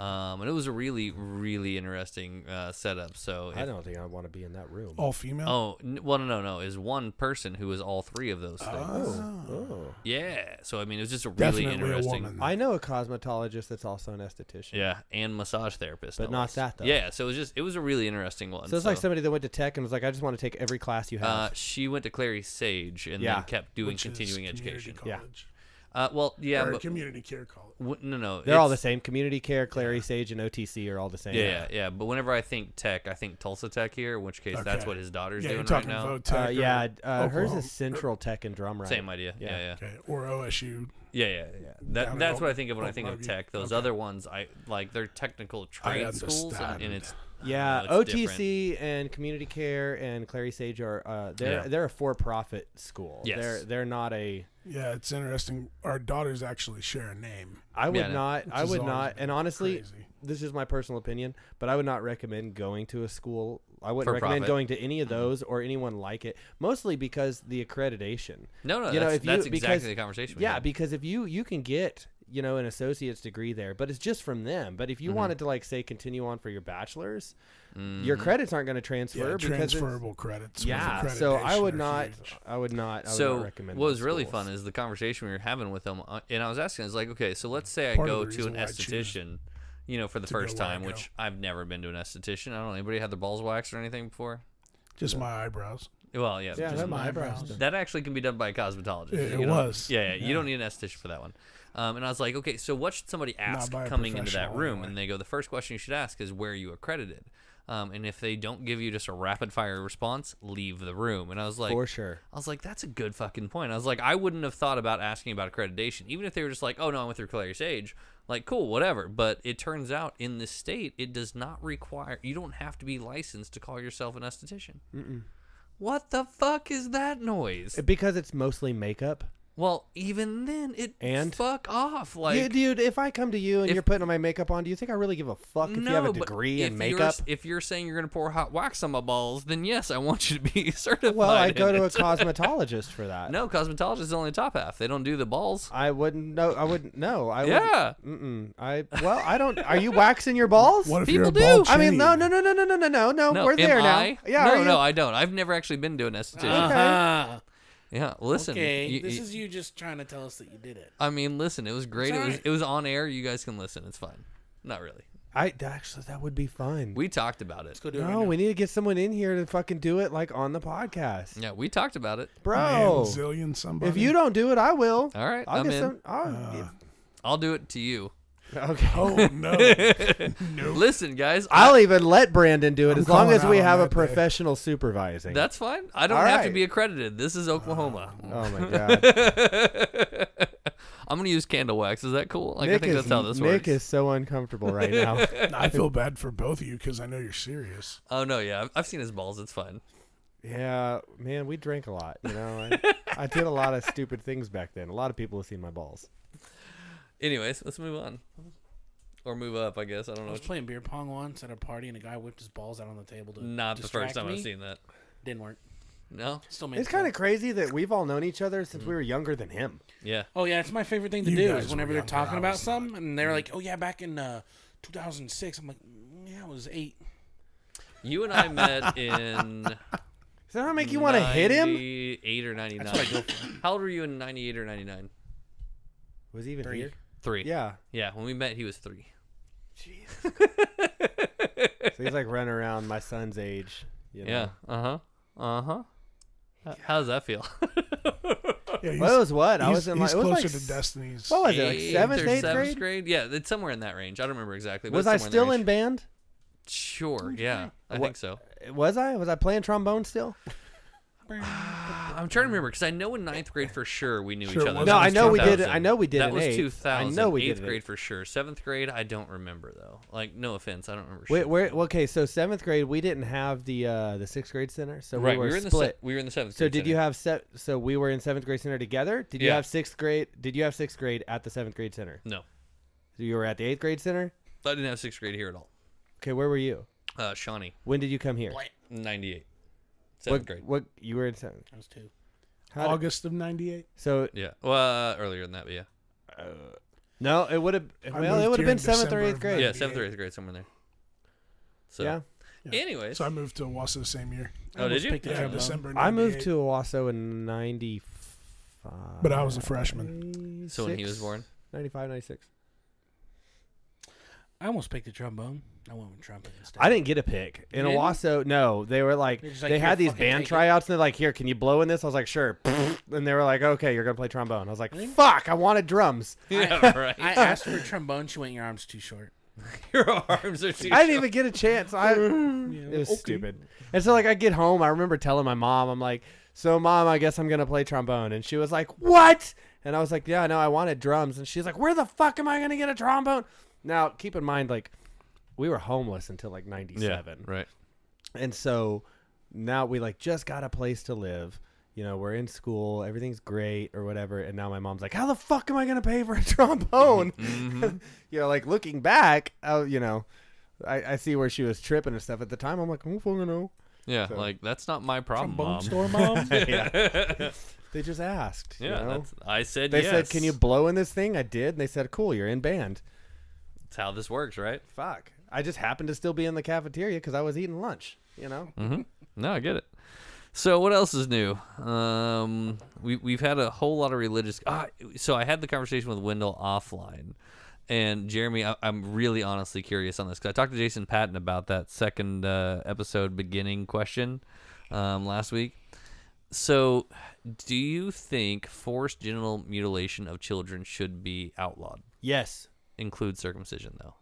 Um, and it was a really, really interesting uh, setup. So,
I
if-
don't think I want to be in that room.
All female.
oh, n- well, no, no, no, is one person who is all three of those things.
Oh.
Yeah. So, I mean, it was just a really
Definitely a
interesting.
woman.
I know a cosmetologist that's also an esthetician.
Yeah, and massage therapist.
But
no
not
less.
that, though.
Yeah, so it was just it was a really interesting one.
So it's like somebody that went to tech and was like, I just want to take every class you have.
uh, she went to Clary Sage and
Yeah,
then kept doing
which is
continuing
community
education.
Yeah.
college.
Uh, well, yeah,
or
but
community care college.
w- no, no,
They're all the
it's-
same. Community care, Clary Sage, and OTC are all the same.
Yeah, yeah, yeah. But whenever I think tech, I think Tulsa Tech here, in which case that's
Okay.
what his daughter's
Yeah,
doing
you're
right
talking
now.
Votech
Uh,
or
yeah, uh, hers
Oklahoma.
is Central Tech and Drum Right.
Same idea. Yeah, yeah,
Okay, or OSU.
yeah, yeah. yeah.
Down
That,
in
that's what I
Oak-
think of when I
Oak
think of
Grove,
tech. Those
okay.
other ones, I like they're technical trade schools, and, and
understand.
it's
Yeah,
know, it's
OTC and Community Care and Clary Sage are uh, they're
Yeah.
they're a for-profit school.
Yes.
They're they're not a.
Yeah, it's interesting. Our daughters actually share a name.
I would
no.
not. I
has
would
always
not.
been
And honestly,
crazy.
this is my personal opinion, but I would not recommend going to a school. I wouldn't recommend
For-profit.
going to any
Mm-hmm.
of those or anyone like it. Mostly because the accreditation.
no, no.
You know,
that's,
if you-
that's exactly
because-
the conversation. We
Yeah,
had.
because if you you can get you know an associate's degree there, but it's just from them. But if you
Mm-hmm.
wanted to like say continue on for your bachelor's, your
Mm-hmm.
credits aren't going to transfer
Yeah,
because it's-
transferable credits. with
Yeah, so I
accreditation
would
are
not.
huge.
I would not. I would
so
not recommend.
what
those
was really
schools.
fun is the conversation we were having with them, uh, and I was asking, is like, okay, so let's say I
Part of
go
the
to an
reason why I choose
esthetician, you know, for the
go
first
where I
time,
go.
which I've never been to an esthetician. I don't know anybody had their balls waxed or anything before.
Just my eyebrows.
Well, yeah,
Yeah,
just
they're
my-
my eyebrows.
eyebrows.
That actually can be done by a cosmetologist.
It- it
You don't-
was.
Yeah, yeah, you don't need an esthetician for that one. Um, and I was like, okay, so what should somebody ask
by a
coming into that
professional,
room?
anyway.
And they go, the first question you should ask is, where are you accredited? Um, and if they don't give you just a rapid fire response, leave the room. And I was like,
for sure.
I was like, that's a good fucking point. I was like, I wouldn't have thought about asking about accreditation, even if they were just like, oh no, I went through Clary Sage. Like, cool, whatever. But it turns out in this state, it does not require, you don't have to be licensed to call yourself an esthetician. What the fuck is that noise?
Because it's mostly makeup.
well, even then, it
And?
fuck off. Like,
yeah, dude, if I come to you and
if-
you're putting my makeup on, do you think I really give a fuck if
no,
you have a
but
degree
if
in
you're-
makeup?
if you're saying you're gonna pour hot wax on my balls, then yes, I want you to be certified.
Well, I go
in
to a
it.
cosmetologist for that.
no cosmetologist is only the top half. They don't do the balls.
I wouldn't. No, I wouldn't. No, I
Yeah.
wouldn't. Mm-mm, I well, I don't. Are you waxing your balls?
What if
People
you're a
do.
bald
I mean,
chin?
no, no, no, no, no, no, no, no, no.
No,
Oh, we're
am
there now.
I?
Yeah.
no,
are
no,
you? Uh,
I don't. I've never actually been to an esthetician.
Okay.
Uh-huh.
yeah, listen.
Okay,
you-
this
you-
is you just trying to tell us that you did it.
I mean, listen. It was great. It was
Sorry.
it was on air. You guys can listen. It's fine. Not really.
I actually that would be fun.
We talked about it.
Let's go do it. right
no,
now.
we need to get someone in here to fucking do it like on the podcast,
Yeah, we talked about it.
bro.
Zillion somebody.
If you don't do it, I will.
All right,
I'll
I'm
get
in.
some. I'll
Uh,
I'll do it to you.
get- okay.
Oh no.
Listen, guys. I,
I'll even let Brandon do it
I'm
as long
calling
as we
out on
have a
that day.
professional supervising.
that's fine. I don't
All
have to
right.
be accredited. This is Oklahoma.
oh my god,
I'm gonna use candle wax. Is that cool? Like I
Nick
think
is
that's how this
Nick
works.
is so uncomfortable right now.
I feel bad for both of you because I know you're serious.
oh no, yeah. I've, I've seen his balls. It's fine.
yeah, man, we drank a lot. You know, I, I did a lot of stupid things back then. A lot of people have seen my balls.
Anyways, let's move on, or move up. I guess I don't
I
know.
was
Which,
playing beer pong once at a party, and a guy whipped his balls out on the table to
not the
distract
first time I've
me.
seen that.
Didn't work.
No.
Still made.
It's kind of crazy that we've all known each other since we were younger than him.
Yeah.
Oh yeah, it's my favorite thing to
You
do
guys
is
were
whenever they're
younger,
talking
I
Mm-hmm.
about
was
something, and they're like, "Oh yeah, back in uh, 2006." I'm like, "Mm, "Yeah, I was was eight.
You and I met in.
Does that make you want to hit him?
98 or 99. How old were you in 98 or 99?
Was he even
Three.
here?
Three.
Yeah.
Yeah, when we met, he was three.
So he's like running around my son's age. You know?
Yeah. Uh huh. Uh huh. How does that feel?
Yeah, he's,
Well, it was what? I
he's-
was in
he's
like,
closer
it was like,
to Destiny's.
What was it? Like
Eighth
seventh,
or
eighth
seventh
grade?
grade? Yeah, it's somewhere in that range. I don't remember exactly. but
Was
it's
I
somewhere
still
that
in
range.
band?
Sure. Yeah, I
What-
think so.
Was I? Was I playing trombone still?
I'm trying to remember because I know in ninth grade for sure we knew
Sure,
each
it
other.
was
No,
That
I
was
know we did.
2000.
I know we did.
That
in
was
eighth.
2000.
I know we
eighth
did. in
grade
eighth.
for sure. Seventh grade, I don't remember though. Like, no offense, I don't remember.
Wait,
shit.
where, well, okay, so seventh grade we didn't have the uh, the sixth grade center, so
right,
we were,
we were in the se-
split.
we were in the seventh.
so
grade
did you
setting.
have se- so we were in seventh grade center together? Did you
Yeah.
have sixth grade? Did you have sixth grade at the seventh grade center?
No,
So you were at the eighth grade center.
I didn't have sixth grade here at all.
Okay, where were you?
Uh, Shawnee,
When did you come here?
ninety-eight, seventh
What,
grade.
what you were in seventh?
I was two.
How did-
August of '98.
Oh,
so
Yeah, well, uh, earlier than that, but yeah,
no, it would have. Well, it
moved
would
here
have been
in
seventh or
December
eighth
of
grade.
yeah,
98.
seventh or eighth grade somewhere in there. So,
yeah.
Yeah.
anyways,
So I moved to Owasso same year.
oh, did you?
picked up
Yeah,
trombone.
December.
I moved
98,
to Owasso in 95.
but I was a freshman.
So when he was born,
95, 96.
I almost picked a trombone. I went with trumpet instead.
I didn't get a pick. In
You didn't?
Owasso, no. They were like,
They're just like,
they
"Here,
had these
fucking
band
take it."
tryouts, and they're like, here, can you blow in this? I was like, sure. And they were like, okay, you're going to play trombone. I was like, fuck, I wanted drums.
yeah, right.
I asked for a trombone. She went, "Your arm's too short."
Your arms are too.
I didn't even get a chance. I, it was stupid. And so, like, I get home. I remember telling my mom, I'm like, so, mom, I guess I'm going to play trombone. And she was like, what? And I was like, yeah, no, I wanted drums. And she's like, where the fuck am I going to get a trombone? Now, keep in mind, like, we were homeless until like 97.
right.
And so now we like just got a place to live. You know, we're in school, everything's great or whatever. And now my mom's like, "How the fuck am I gonna pay for a trombone?"
Mm-hmm.
you know, like looking back, uh, you know, I, I see where she was tripping and stuff at the time. I'm like, "Oh fucking no!"
Yeah, like that's not my problem, mom.
mom.
They just asked. you
Yeah,
know?
that's, I said
they
yes.
said, "Can you blow in this thing?" I did, and they said, "Cool, you're in band."
That's how this works, right?
Fuck, I just happened to still be in the cafeteria because I was eating lunch. You know,
Mm. No, I get it. So what else is new? Um, we we've had a whole lot of religious. Ah, so I had the conversation with Wendell offline, and Jeremy, I, I'm really honestly curious on this because I talked to Jason Patton about that second uh, episode beginning question um, last week. So, do you think forced genital mutilation of children should be outlawed?
yes,
Include circumcision though.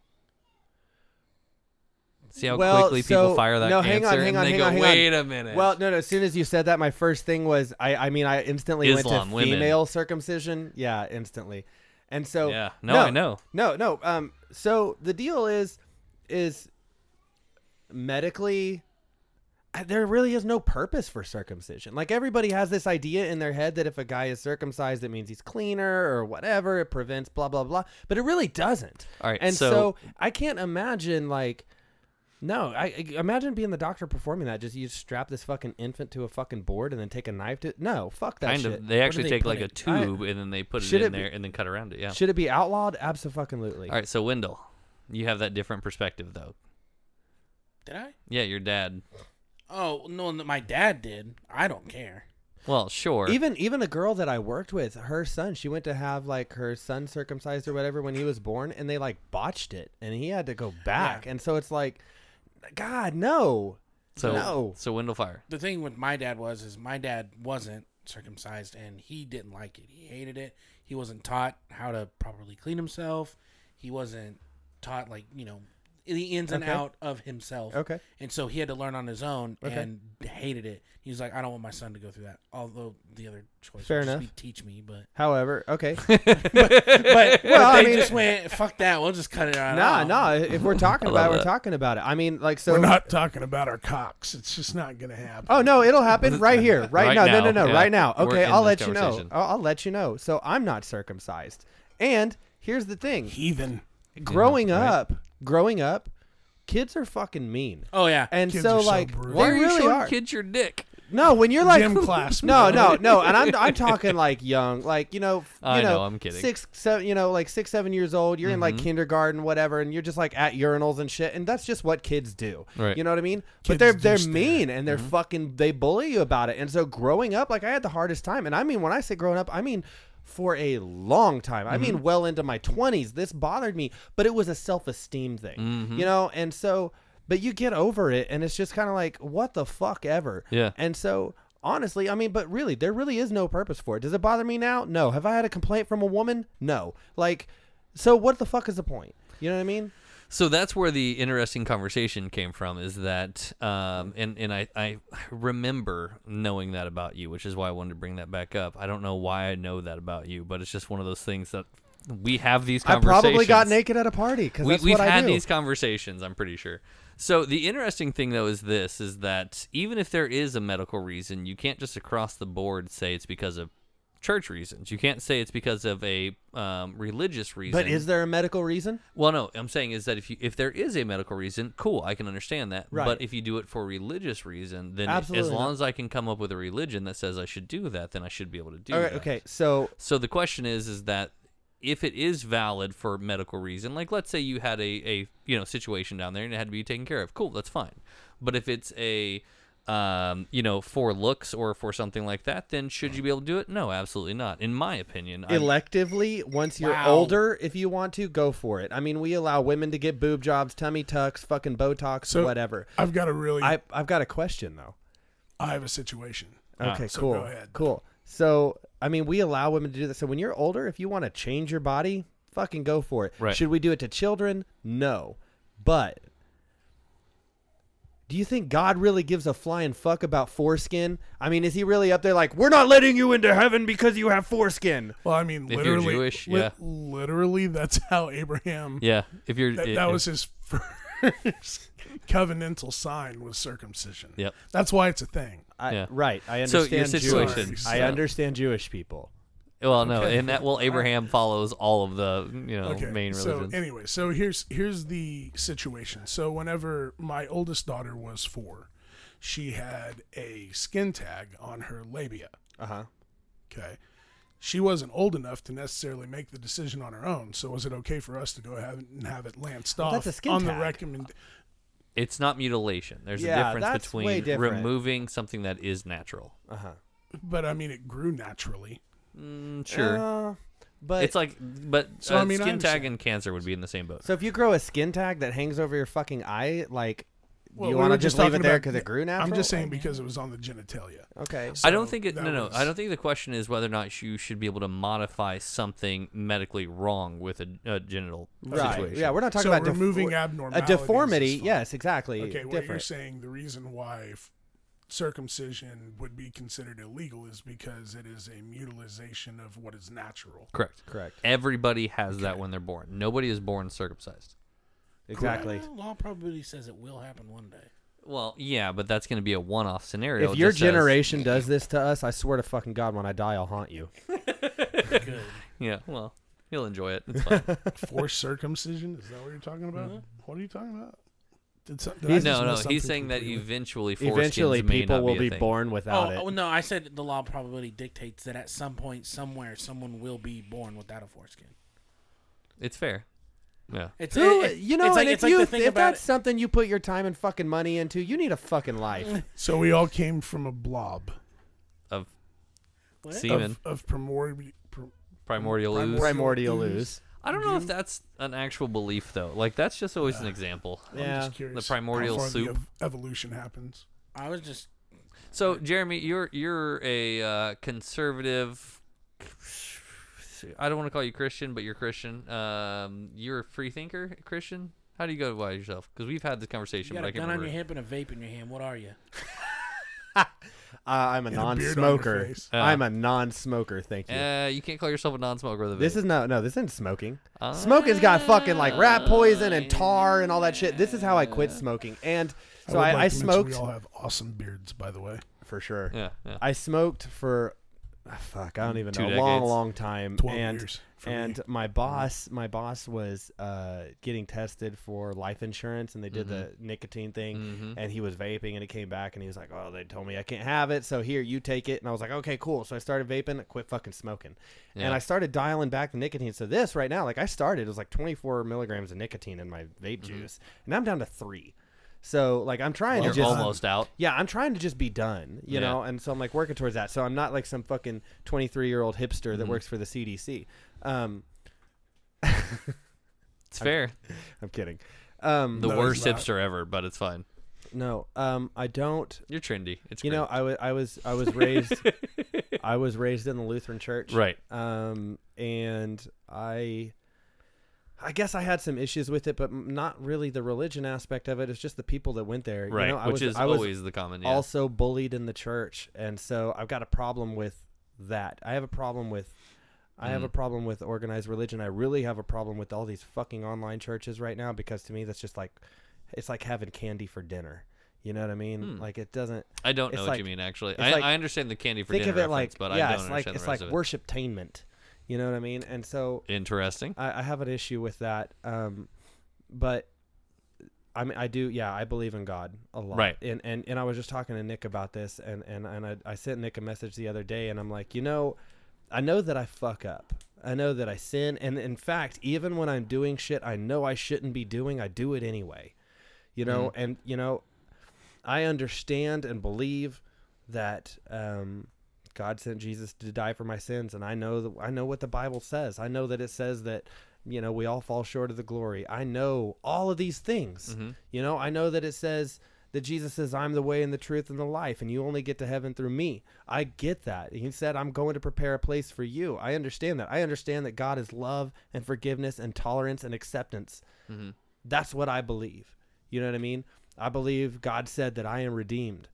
See how
Well,
quickly people
so-
fire that
no,
answer
hang on, hang
and
on,
they
hang
go,
on, hang on.
"Wait a minute."
Well, no, no. As soon as you said that, my first thing was I. I mean, I instantly
Islam,
went
women.
to female circumcision. Yeah, instantly. And so,
Yeah. No, I know.
No, no. Um. So the deal is, is medically, I- there really is no purpose for circumcision. Like everybody has this idea in their head that if a guy is circumcised, it means he's cleaner or whatever. It prevents blah blah blah. But it really doesn't.
All right,
And
so-
I can't imagine like. No, I I- imagine being the doctor performing that. Just you strap this fucking infant to a fucking board and then take a knife to. No, fuck that
kind
shit.
of.
Where
They
do
actually take
put
like a
it? I-
tube and then they put it
Should
in
it be-
there and then cut around it. Yeah.
should it be outlawed? Absolutely.
All right. So Wendell, you have that different perspective though.
Did I?
Yeah, your dad.
Oh no, no, my dad did. I don't care.
Well, sure.
Even even a girl that I worked with, her son, she went to have like her son circumcised or whatever when he was born, and they like botched it, and he had to go back, and so it's like, God, no,
so
no.
so Wendell Fire.
The thing with my dad was is my dad wasn't circumcised and he didn't like it. He hated it. He wasn't taught how to properly clean himself. He wasn't taught like you know the ins and
Okay.
out of himself.
Okay.
And so he had to learn on his own and hated it. He was like, I don't want my son to go through that. Although the other choice
Fair
would just
enough.
be teach me, but
However, okay,
but,
Well,
they
I mean-
just went fuck that. We'll just cut it out.
nah, nah. If we're talking
I
about, it,
love
we're
that.
talking about it. I mean, like, so
We're not talking about our cocks. It's just not gonna happen.
Oh no, it'll happen right here, right,
Right
now. No,
now,
no, no,
yeah.
right now.
We're
Okay,
in
I'll
this
let you know.
conversation.
I'll, I'll let you know. So I'm not circumcised, and here's the thing:
Heathen.
growing
right.
up, growing up, kids are fucking mean,
Oh yeah.
and
Kids
so
are so
like
brutal.
they
Why are you
really
showing
are.
kids your dick?
No, when you're like
Gym class,
No,
bro.
no, no. And I'm I'm talking like young, like you know, f- you
I
know,
know, I'm kidding. Mm-hmm.
Six, seven, you know, like six, seven years old. You're in like kindergarten, whatever, and you're just like at urinals and shit. And that's just what kids do.
Right.
You know what I mean?
Kids
but they're
do
they're
stare.
mean and
Mm-hmm.
they're fucking they bully you about it. And so growing up, like I had the hardest time. And I mean, when I say growing up, I mean. For a long time, I
Mm-hmm.
mean, well into my twenties, this bothered me, but it was a self-esteem thing,
Mm-hmm.
you know. And so, but you get over it, and it's just kind of like, what the fuck ever.
Yeah.
And so, honestly, I mean, but really, there really is no purpose for it. Does it bother me now? No. Have I had a complaint from a woman? No. Like, so what the fuck is the point? You know what I mean?
so that's where the interesting conversation came from is that um, and, and I, I remember knowing that about you which is why i wanted to bring that back up i don't know why i know that about you but it's just one of those things that we have these
I
conversations
probably got naked at a party because that's
we,
what
we've
I
had
do.
these conversations i'm pretty sure so the interesting thing though is this is that even if there is a medical reason you can't just across the board say it's because of church reasons you can't say it's because of a um, religious reason
but is there a medical reason?
well, no, I'm saying is that if you if there is a medical reason, cool, I can understand that.
Right.
But if you do it for religious reason, then
Absolutely
as long
not.
as I can come up with a religion that says I should do that, then I should be able to do
All right,
that.
okay. So
So the question is, is that if it is valid for medical reason, like let's say you had a, a you know situation down there and it had to be taken care of, cool, that's fine. But if it's a um, you know, for looks or for something like that, then should you be able to do it? No, absolutely not. In my opinion, I'm-
electively, once you're
Wow.
older, if you want to, go for it. I mean, we allow women to get boob jobs, tummy tucks, fucking Botox,
So-
whatever.
I've got a really. I,
I, I've got a question though.
have a situation.
Okay,
so
cool.
go ahead.
Cool. So, I mean, we allow women to do that. So, when you're older, if you want to change your body, fucking go for it.
Right.
Should we do it to children? No. But do you think God really gives a flying fuck about foreskin? I mean, is he really up there like, we're not letting you into heaven because you have foreskin?
Well, I mean,
you're
literally,
Jewish,
li-
yeah.
literally, that's how Abraham.
yeah. If you're
That,
i-
that
if-
was his first covenantal sign was circumcision.
Yep.
That's why it's a thing.
I,
Yeah.
Right. I
So, your
understand
situation.
Jewish.
Sorry.
I understand Jewish people.
Well, no, and that well, Abraham follows all of the you know
Okay.
main
so
religions.
anyway, so here's here's the situation. So whenever my oldest daughter was four, she had a skin tag on her labia.
Uh huh.
Okay. She wasn't old enough to necessarily make the decision on her own. So was it okay for us to go ahead and have it lanced off
Oh, that's a skin
on the
tag.
recommend?
it's not mutilation. There's
Yeah,
a difference
that's way
between
different.
removing something that is natural.
Uh huh.
But I mean, it grew naturally.
Mm, sure,
uh, but
it's like, but
So,
uh,
I mean, I
skin tag
understand.
and cancer would be in the same boat.
so if you grow a skin tag that hangs over your fucking eye, like,
Well,
you
we
want
were
to just leave it
talking
there
about-
because it grew natural?
I'm just saying
Like,
because it was on the genitalia.
Okay.
I don't
So
think it. No,
that
no.
was-
I don't think the question is whether or not you should be able to modify something medically wrong with a, a genital
Right.
situation.
Yeah, we're not talking
So
about def-
removing
a
abnormalities is
deformity.
fine.
Yes, exactly.
Okay, what you're
Different.
saying the reason why f- circumcision would be considered illegal is because it is a mutilization of what is natural.
Correct.
Correct.
Everybody has that when they're born. Nobody is born circumcised.
Exactly.
Well, law probability says it will happen one day.
Well, yeah, but that's going to be a one-off scenario.
If your
just as-
generation does this to us, I swear to fucking God, when I die, I'll haunt you.
Good.
yeah, well, you'll enjoy it. It's fine.
Forced circumcision? Is that what you're talking
Mm-hmm.
about?
Mm-hmm.
What are you talking about? Did some, did I just
He's-
no,
miss
no.
something
He's saying that
completely?
eventually,
Eventually,
foreskins may
people
not
will
be,
be,
a thing.
born without
oh,
it.
oh, no, I said the law probability dictates that at some point, somewhere, someone will be born without a foreskin.
It's fair. Yeah.
It's
Who-
it- it-
you know,
it's like,
and
it's
if
like
you
the
if
thing
that's
about it-
something you put your time and fucking money into, you need a fucking life.
So we all came from a blob
Of
What?
semen,
of, of primordial.
primordial ooze.
Primordial ooze.
I don't know if that's an actual belief though. Like that's just always an example.
I'm
Yeah.
just curious
The primordial
how far the
soup.
ev- evolution happens.
I was just
So Jeremy, you're you're a uh, conservative. I don't want to call you Christian, but you're Christian. Um, you're a free thinker Christian. How do you go about yourself? Because we've had this
you
conversation,
got
but I
a
can't
gun on
remember.
your hip and a vape in your hand. What are you?
Uh, I'm a
And a beard on your
non-smoker.
face.
I'm a non-smoker. Thank you.
Uh, you can't call yourself a non-smoker with a
This
vape.
is no, no. This isn't smoking.
Ah.
Smoking's got fucking like rat poison and tar and all that shit. This is how I quit smoking. And so
would
I,
like
I,
to mention
smoked
We all have awesome beards, by the way.
for sure.
yeah, yeah.
I smoked for ah, fuck, I don't even
Two
know, long,
decades.
long time.
12
and
years for me.
and my boss, my boss was uh, getting tested for life insurance, and they did the
Mm-hmm.
nicotine thing, and he was vaping, and it came back, and he was like, "Oh, they told me I can't have it, so here, you take it." And I was like, "Okay, cool." So I started vaping, I quit fucking smoking,
Yeah.
and I started dialing back the nicotine. So this right now, like I started, it was like 24 milligrams of nicotine in my vape juice, and I'm down to three. So like I'm trying
Mm-hmm. You're
to just
almost out.
yeah, I'm trying to just be done, you
Yeah.
know, and so I'm like working towards that. So I'm not like some fucking 23 year old hipster
Mm-hmm.
that works for the CDC. Um,
It's fair.
I'm kidding. Um,
The
No,
worst
he's not.
hipster ever, but it's fine.
no, um, I don't.
You're trendy. It's
You know, I was I was I was raised I was raised in the Lutheran church,
Right.
Um, and I. I guess I had some issues with it, but m- not really the religion aspect of it. It's just the people that went there,
right,
You know, I
which
was,
is
I was
always the common. Yeah.
also bullied in the church and so i've got a problem with that i have a problem with i
Mm.
have a problem with organized religion i really have a problem with all these fucking online churches right now because to me that's just like it's like having candy for dinner you know what i mean
Hmm.
like it doesn't
I don't know
it's
what you
like-
mean actually.
it's
I,
like-
I understand the candy for
think
dinner
of it
reference,
like
but
yeah
I don't
it's like
understand
it's
the rest of
like
it.
worshiptainment you know what i mean and so
Interesting.
I, I have an issue with that. Um, but I mean, I do. Yeah, I believe in God a lot.
Right.
And and and I was just talking to Nick about this, and and and I, I sent Nick a message the other day, and I'm like, you know, I know that I fuck up. I know that I sin, and in fact, even when I'm doing shit I know I shouldn't be doing, I do it anyway. You know,
Mm-hmm.
and you know, I understand and believe that um, God sent Jesus to die for my sins, and I know that I know what the Bible says. I know that it says that you know we all fall short of the glory. I know all of these things. You know, I know that it says that Jesus says, "I'm the way and the truth and the life, and you only get to heaven through me." I get that. He said, "I'm going to prepare a place for you." I understand that. I understand that God is love and forgiveness and tolerance and acceptance. That's what I believe. You know what I mean? I believe God said that I am redeemed,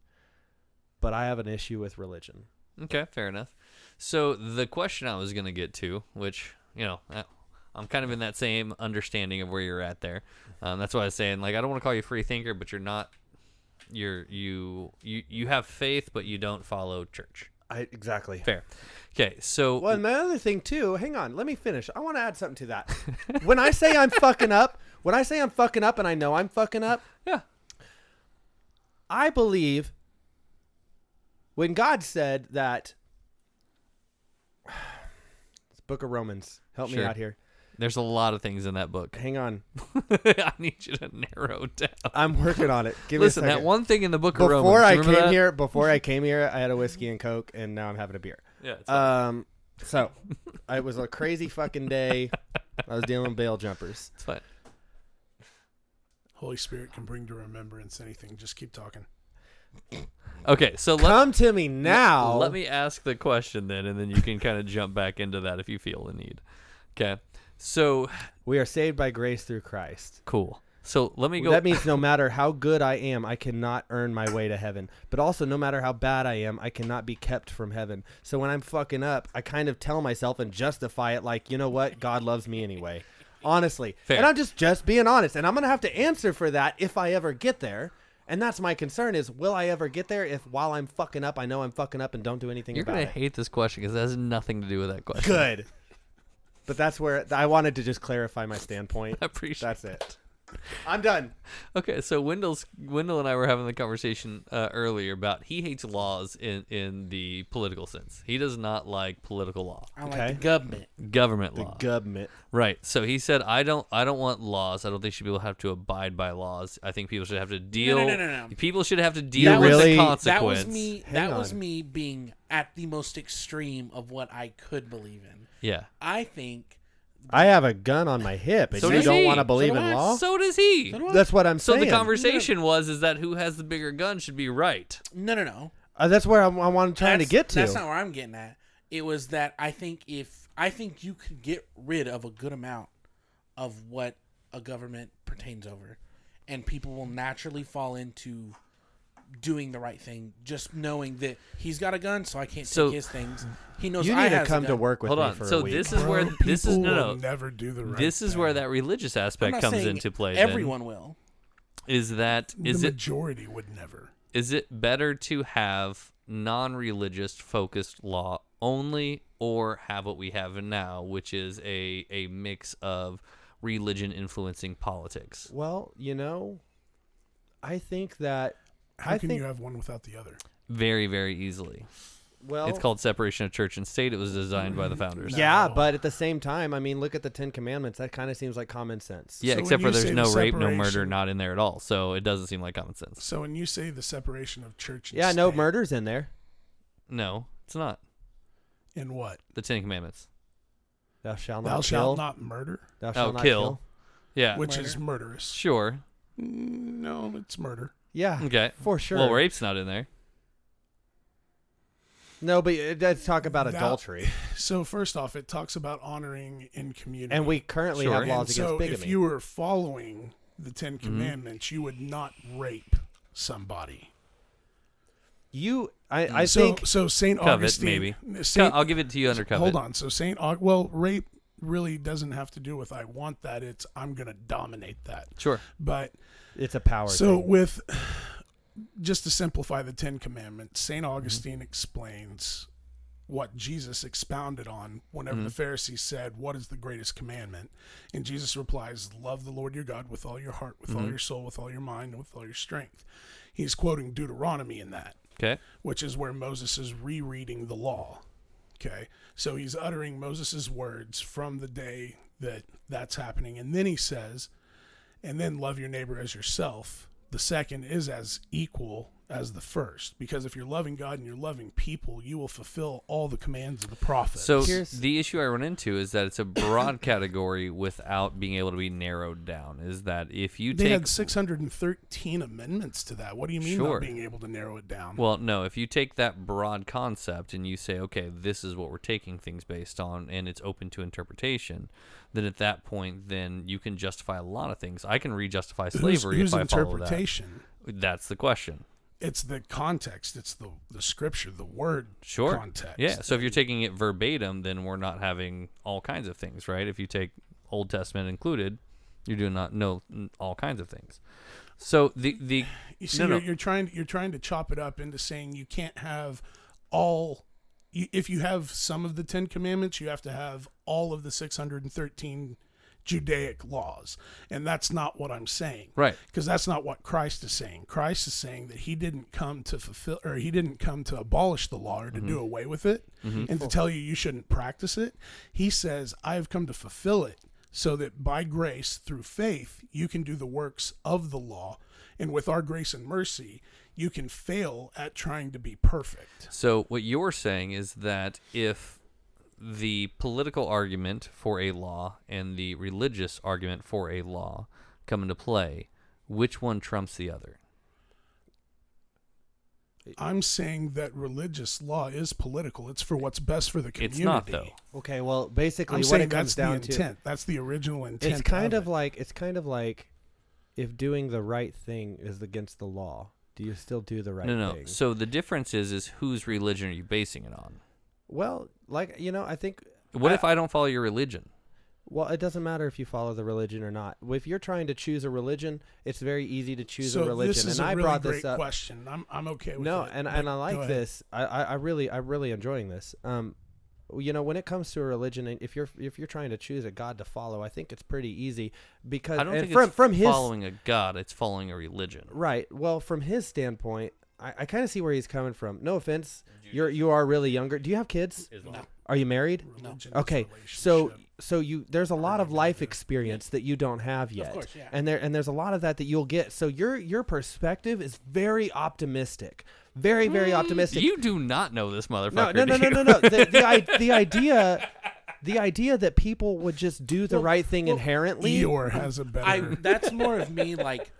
but I have an issue with religion.
Okay, fair enough. So the question I was going to get to, which you know, I- I'm kind of in that same understanding of where you're at there. Um, that's why I was saying, like, I don't want to call you a free thinker, but you're not. You're you you you have faith, but you don't follow church.
I exactly.
Fair. Okay, so
Well, and my other thing too. Hang on, let me finish. I want to add something to that. when I say I'm fucking up, when I say I'm fucking up, and I know I'm fucking up,
yeah,
I believe when God said that. It's Book of Romans, help me
Sure.
out here.
there's a lot of things in that book.
Hang on,
I need you to narrow down.
I'm working on it. Give
Listen,
me a second.
that one thing in the book of
before
Romans.
I
remember
came
that?
here, before I came here, I had a whiskey and coke, and now I'm having a beer.
Yeah, it's fine.
Um, so it was a crazy fucking day. I was dealing with bail jumpers.
It's fine.
Holy Spirit can bring to remembrance anything. Just keep talking.
Okay, so let,
Come to me now.
Let me ask the question then, and then you can kind of jump back into that if you feel the need. Okay. So
We are saved by grace through Christ.
cool. So let me go.
That means no matter how good I am, I cannot earn my way to heaven. But also, no matter how bad I am, I cannot be kept from heaven. So when I'm fucking up, I kind of tell myself and justify it like, you know what? God loves me anyway. Honestly.
Fair.
And I'm just just being honest. And I'm going to have to answer for that if I ever get there. And that's my concern is will I ever get there if while I'm fucking up, I know I'm fucking up and don't do anything
you're
about
gonna
it?
hate this question because it has nothing to do with that question.
Good. But that's where I wanted to just clarify my standpoint.
I appreciate.
That's it. I'm done.
Okay, so Wendell's Wendell and I were having the conversation uh, earlier about he hates laws in in the political sense. He does not like political law,
I like
Okay.
the government.
government law.
Government.
Right. So he said, "I don't, I don't want laws. I don't think people have to abide by laws. I think people should have to deal.
no, no, no.
People should have to deal with
really-
the
that
consequence."
That was me.
Hang
That was
on.
me being at the most extreme of what I could believe in.
Yeah.
I think
I have a gun on my hip, and
So
you
does
don't
he.
want to believe
So do
in
I.
law.
So does he.
do I.
that's what I'm
So
saying.
the conversation was is that who has the bigger gun should be right.
no, no, no.
Uh, that's where I'm, I'm, I'm trying to
That's-
get to.
That's not where I'm getting at. It was that I think if I think you could get rid of a good amount of what a government pertains over, and people will naturally fall into doing the right thing, just knowing that he's got a gun, so I can't
So-
take his things. He knows
you
I
need to
has a
come to
gun.
work with
Hold
me
on.
for
So
a week.
this is where
Bro,
this is
people
no no.
will never do the right.
This is
thing.
where that religious
I'm
aspect
not
comes
saying
into play. then.
Everyone will.
is that
the
is it
majority would never.
is it better to have non-religious focused law only or have what we have now, which is a, a mix of religion influencing politics.
Well, you know, I think that
How
I
can
think-
you have one without the other?
Very, very easily.
well,
It's called separation of church and state. It was designed by the founders.
yeah,
No.
but at the same time, I mean, look at the Ten Commandments. That kind of seems like common sense.
Yeah,
So when
except for
you
there's
say
no
the
rape, no murder,
separation-
not in there at all. So it doesn't seem like common sense.
So when you say the separation of church and
yeah, no
state,
murders in there.
No, it's not.
in what
The Ten Commandments.
Thou shalt not
thou
kill.
shalt not murder,
Thou
Oh,
shalt not
kill.
kill.
Yeah.
which
Murder.
is murderous.
Sure.
Mm, No, it's murder.
Yeah,
Okay.
for sure.
Well, rape's not in there.
no, but it does talk about
Thou-
adultery,
So first off, it talks about honoring in community,
and we currently
Sure. Mm-hmm.
have laws
And
against
so
bigamy.
if you were following the Ten Commandments, you would not rape somebody.
You- I, I
so
think
so Saint
Covet,
Augustine.
maybe.
Saint-
Co- I'll give it to you under covet.
hold on. So Saint Au- well, rape really doesn't have to do with I want that. It's I'm going to dominate that.
Sure.
But
it's a power.
so
thing.
with just to simplify the Ten Commandments, Saint Augustine explains what Jesus expounded on whenever the Pharisees said, "What is the greatest commandment?" And Jesus replies, "Love the Lord your God with all your heart, with all your soul, with all your mind, and with all your strength." He's quoting Deuteronomy in that
Okay.
which is where Moses is rereading the law. Okay. So he's uttering Moses' words from the day that that's happening. And then he says, and then love your neighbor as yourself. The second is as equal as the first, because if you're loving God and you're loving people, you will fulfill all the commands of the prophet.
So
Here's-
the issue I run into is that it's a broad category without being able to be narrowed down. Is that if you
they
take
had 613 amendments to that. What do you mean
Sure.
not being able to narrow it down?
Well, no, if you take that broad concept and you say, okay, this is what we're taking things based on and it's open to interpretation, then at that point then you can justify a lot of things. I can re-justify
Who's-
slavery
whose
if I follow that.
interpretation?
That's the question.
It's the context. It's the the scripture, the word
Sure.
context.
Yeah, so if you're taking it verbatim, then we're not having all kinds of things, right? If you take Old Testament included, you're doing not no n- all kinds of things. So the the
You see,
No, no.
You're, you're trying you're trying to chop it up into saying you can't have all. you- If you have some of the Ten Commandments, you have to have all of the 613 Judaic laws, and that's not what I'm saying.
right.
Because that's not what Christ is saying. Christ is saying that he didn't come to fulfill, or he didn't come to abolish the law or to
Mm-hmm.
do away with it and to tell you you shouldn't practice it. He says, I have come to fulfill it so that by grace, through faith, you can do the works of the law. And with our grace and mercy, you can fail at trying to be perfect.
So what you're saying is that if the political argument for a law and the religious argument for a law come into play, which one trumps the other?
I'm saying that religious law is political, it's for what's best for the community.
It's not though.
okay, well, basically,
I'm
what
saying
it comes
that's the
down to
intent. That's the original intent.
it's kind
of
of like it's kind of like if doing the right thing is against the law, do you still do the right
no, no.
thing?
So the difference is is whose religion are you basing it on?
well, like you know, I think
What
I-
if I don't follow your religion?
Well, it doesn't matter if you follow the religion or not. If you're trying to choose a religion, it's very easy to choose a religion.
This is
and
a
I
really
brought
great
this up.
question. I'm, I'm okay with
No,
it,
and
but
and I
go
like
ahead.
this. I, I I really I'm really enjoying this. Um, you know, when it comes to a religion, and if you're if you're trying to choose a god to follow, I think it's pretty easy because
I don't
and
think
from
it's
from his
following a god, it's following a religion.
Right. Well, from his standpoint, I, I kind of see where he's coming from. No offense, you're you are really younger. Do you have kids? Are you married?
Religion is
Okay. So
relationship.
so you there's a lot of life experience that you don't have yet.
course, yeah.
And there and there's a lot of that that you'll get. So your your perspective is very optimistic. Very
Mm.
very optimistic.
You do not know this motherfucker.
no, no, no,
do
no,
you?
no, no. The, the, I, the idea the idea that people would just do the right thing inherently
Eeyore has a better.
I that's more of me like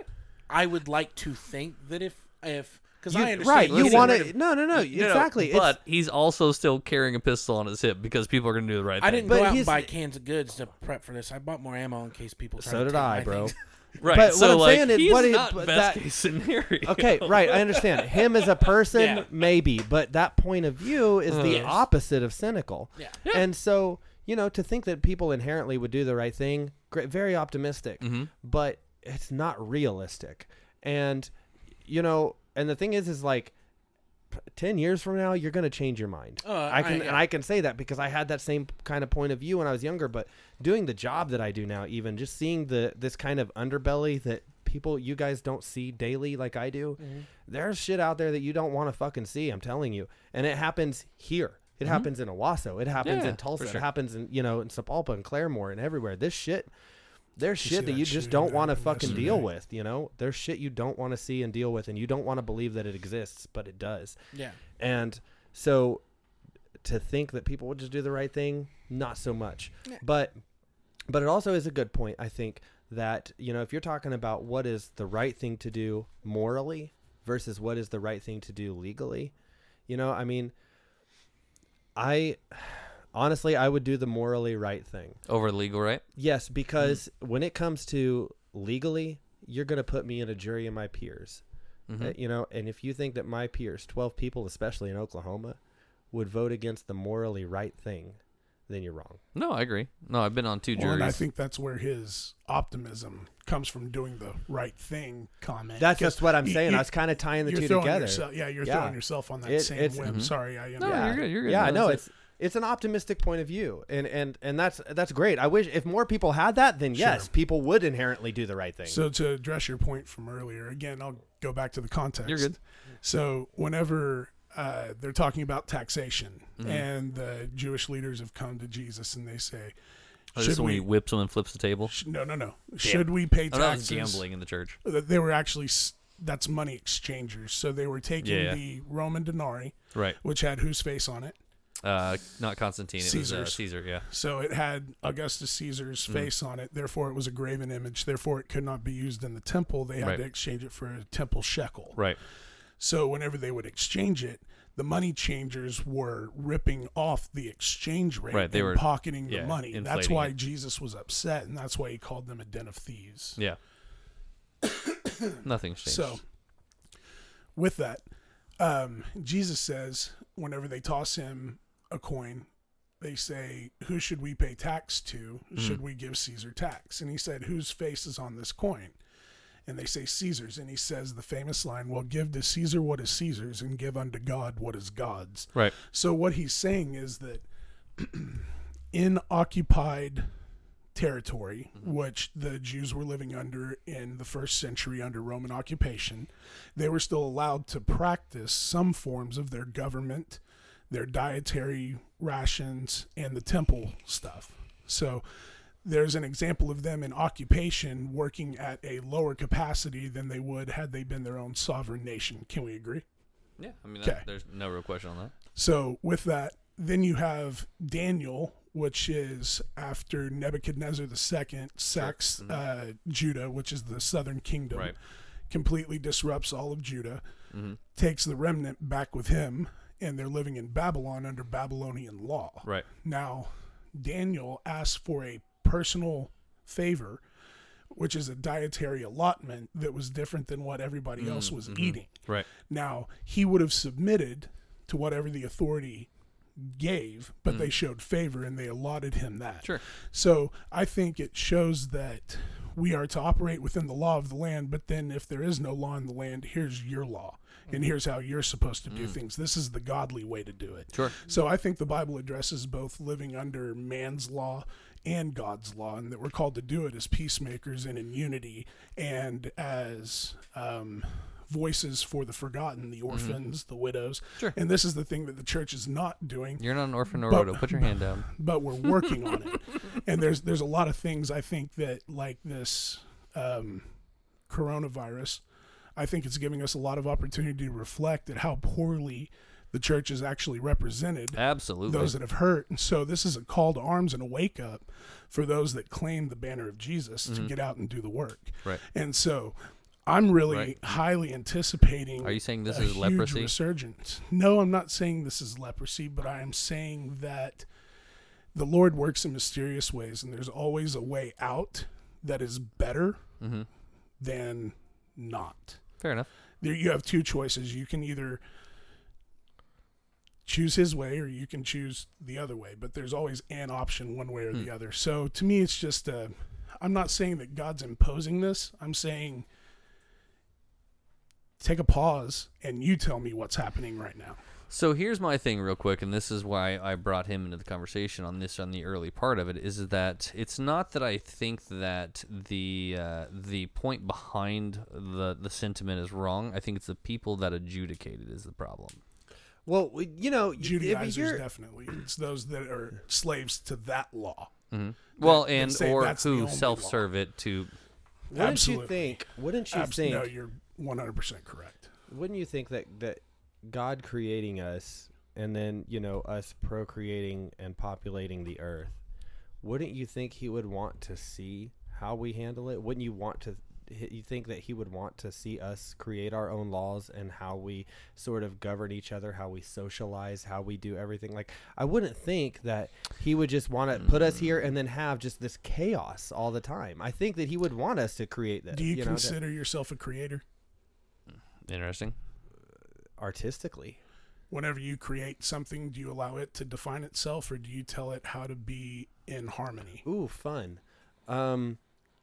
I would like to think that if if because I understand
right, you
getting
want
rid of-
to No, no,
No,
no.
no,
Exactly. It's-
But he's also still carrying a pistol on his hip because people are going to do the right
I
thing.
didn't
But
go out
he's-
and buy cans of goods to prep for this. I bought more ammo in case people. Tried
So
to
did
take
I,
my
bro.
things.
Right.
But
so
what I'm
like,
saying is,
he's
what it-
not
but
best
that-
case scenario.
Okay, right. I understand. Him as a person,
Yeah.
maybe, but that point of view is the
Yes.
opposite of cynical.
Yeah.
And so, you know, to think that people inherently would do the right thing, great, very optimistic,
Mm-hmm.
but it's not realistic. And, you know, and the thing is, is like, p- 10 years from now you're going to change your mind.
Oh,
I can
I-
and I can say that because I had that same kind of point of view when I was younger, but doing the job that I do now even just seeing the this kind of underbelly that people you guys don't see daily like I do. There's shit out there that you don't want to fucking see, I'm telling you. And it happens here. It happens in Owasso. It
Mm-hmm.
happens
Yeah,
in
for
Tulsa.
sure.
It happens in, you know, in Sepulpa and Claremore and everywhere. This shit there's
see
shit that
that
you just
shooting
don't
that
want to
happened
fucking deal
yesterday?
with, you know? There's shit you don't want to see and deal with and you don't want to believe that it exists, but it does.
Yeah.
And so to think that people will just do the right thing, not so much. But but it also is a good point, I think, that, you know, if you're talking about what is the right thing to do morally versus what is the right thing to do legally, you know, I mean I honestly I would do the morally right thing.
Over legal, right?
Yes,
Mm.
because when it comes to legally, you're going to put me in a jury of my peers.
Mm-hmm.
Uh, you know, and if you think that my peers, 12 people, especially in Oklahoma, would vote against the morally right thing, then you're wrong.
No, I agree. No, I've been on two
Well, and I
juries.
think that's where his optimism comes from doing the right thing comment.
That's
Because
just what I'm
you-
saying.
you-
I was kind of tying the
you're
two
throwing
together.
yourself- yeah, you're
Yeah.
throwing yourself on that
It-
same
it's- mm-hmm.
whim. Sorry, I am.
No,
yeah.
you're good, you're good.
Yeah,
No,
no,
that's
it's it's an optimistic point of view, and and and that's that's great. I wish if more people had that, then yes, people would inherently do the right thing.
So to address your point from earlier, again, I'll go back to the context.
You're good.
So whenever uh, they're talking about taxation,
Mm-hmm.
and the Jewish leaders have come to Jesus and they say,
Oh, this
"Should
is when he
we?
whips him and flips the table.
sh- no, no, no. Should we pay
Oh, that was
taxes?"
gambling in the church.
That They were actually s- that's money exchangers. So they were taking
Yeah, yeah.
the Roman denarii,
Right.
which had whose face on it.
Uh, not Constantine. It was uh,
Caesar's.
Caesar. Yeah.
So it had Augustus Caesar's
Mm.
face on it. Therefore, it was a graven image. Therefore, it could not be used in the temple. They had
Right.
to exchange it for a temple shekel.
Right.
So whenever they would exchange it, the money changers were ripping off the exchange rate
Right, they
and
were-
pocketing
yeah,
the money. That's
inflating
why
it.
Jesus was upset, and that's why he called them a den of thieves.
Yeah. Nothing's changed.
So, with that, um, Jesus says, whenever they toss him a coin, they say, Who should we pay tax to? Should we give Caesar tax? And he said, Whose face is on this coin? And they say, Caesar's. And he says the famous line, Well, give to Caesar what is Caesar's, and give unto God what is God's.
right.
So what he's saying is that in occupied territory, which the Jews were living under in the first century under Roman occupation, they were still allowed to practice some forms of their government, their dietary rations, and the temple stuff. So there's an example of them in occupation working at a lower capacity than they would had they been their own sovereign nation. Can we agree?
Yeah. I mean,
Okay.
that, there's no real question on that.
So with that, then you have Daniel, which is after Nebuchadnezzar II sacks uh, Judah, which is the southern kingdom,
Mm-hmm. Right. Mm-hmm.
completely disrupts all of Judah, takes the remnant back with him, and they're living in Babylon under Babylonian law.
Right.
Now, Daniel asks for a personal favor, which is a dietary allotment that was different than what everybody
Mm,
else was
mm-hmm.
eating.
Right.
Now, he would have submitted to whatever the authority gave, but they showed favor and they allotted him that.
Sure.
So I think it shows that we are to operate within the law of the land, but then if there is no law in the land, here's your law. And here's how you're supposed to do things. This is the godly way to do it.
Sure.
So I think the Bible addresses both living under man's law and God's law, and that we're called to do it as peacemakers and in unity and as um, voices for the forgotten, the orphans, the widows.
Sure.
And this is the thing that the church is not doing
You're not an orphan or
But-
widow. Put your hand down.
but we're working on it. And there's there's a lot of things I think that like this um, coronavirus, I think it's giving us a lot of opportunity to reflect at how poorly the church is actually represented.
Absolutely.
Those that have hurt, and so this is a call to arms and a wake up for those that claim the banner of Jesus
Mm-hmm.
to get out and do the work.
Right.
And so, I'm really
Right.
highly anticipating.
Are you saying this
a
is leprosy?
Huge resurgence. No, I'm not saying this is leprosy, but I am saying that the Lord works in mysterious ways, and there's always a way out that is better than not.
Mm-hmm. Fair enough.
There, you have two choices. You can either choose His way, or you can choose the other way. But there's always an option, one way or
Hmm.
the other. So to me, it's just uh, i I'm not saying that God's imposing this. I'm saying take a pause and you tell me what's happening right now.
So here's my thing, real quick, and this is why I brought him into the conversation on this on the early part of it is that it's not that I think that the uh, the point behind the the sentiment is wrong. I think it's the people that adjudicated is the problem.
Well, we- you know, y- if
Judaizers
you're-
definitely. It's those that are slaves to that law.
Well, and
say
or
that's the only
who
law.
self serve it to.
wouldn't
Absolutely.
you think? Wouldn't you
Abs-
think?
No, you're 100% correct.
wouldn't you think that that God creating us and then you know us procreating and populating the earth, wouldn't you think He would want to see how we handle it? Wouldn't you want to? You think that He would want to see us create our own laws and how we sort of govern each other, how we socialize, how we do everything? Like I wouldn't think that He would just want to put us here and then have just this chaos all the time. I think that He would want us to create this.
Do you,
Uh, you know, to-
consider yourself a creator?
Interesting.
artistically?
Whenever you create something, do you allow it to define itself or do you tell it how to be in harmony?
Ooh, fun. Um,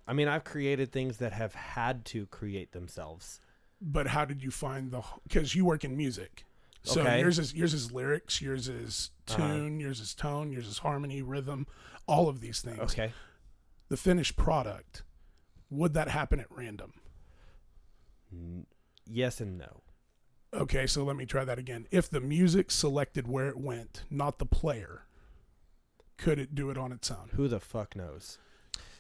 I mean, I've created things that have had to create themselves.
But how did you find the cuz you work in music. So
Okay. Uh-huh.
yours is yours is lyrics, yours is tune, yours is tone, yours is harmony, rhythm, all of these things.
Okay.
The finished product, would that happen at random?
Yes and no.
Okay, so let me try that again. If the music selected where it went, not the player, could it do it on its own?
Who the fuck knows?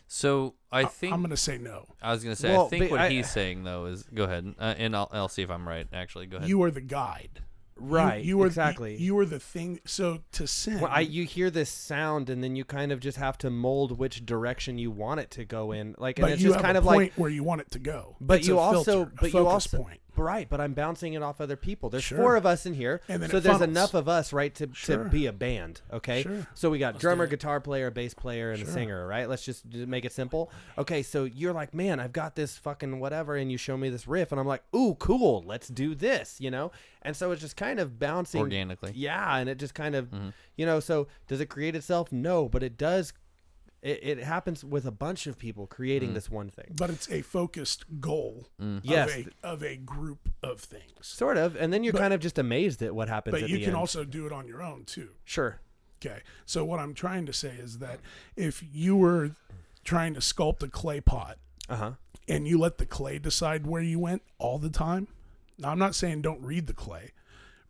So I think
I'm going to say no.
I was gonna say
Well,
I think
but
what
I-
he's saying though is go ahead uh, and I'll, I'll see if I'm right. Actually, go ahead.
You are the guide. You-
Right.
You, are
exactly.
You, are the thing. So to sin,
well, I, you hear this sound, and then you kind of just have to mold which direction you want it to go in. Like, and
but
it's
you
just
have
kind
a
of
point
like.
where you want it to go.
But
It's
you
a
also,
filter, a
but you
focus
also,
point.
right? But I'm bouncing it off other people. There's
Sure.
four of us in here,
And then
so
it
there's
funnels.
enough of us, right, to,
Sure.
to be a band. Okay,
Sure.
so we got drummer,
it.
guitar player, bass player, and a singer. Right? Let's just d- make it simple. Okay, so you're like, man, I've got this fucking whatever, and you show me this riff, and I'm like, ooh, cool, let's do this, you know? And so it's just kind of bouncing
Organically.
yeah, and it just kind of, you know. So does it create itself? No, but it does. It, it happens with a bunch of people creating this one thing.
But it's a focused goal of,
Mm. Yes.
a, of a group of things.
Sort of, and then you're kind of just amazed at what happens.
But
at
you
the
can
end.
also do it on your own too.
sure.
Okay. So what I'm trying to say is that if you were trying to sculpt a clay pot
Uh huh.
and you let the clay decide where you went all the time, now I'm not saying don't read the clay.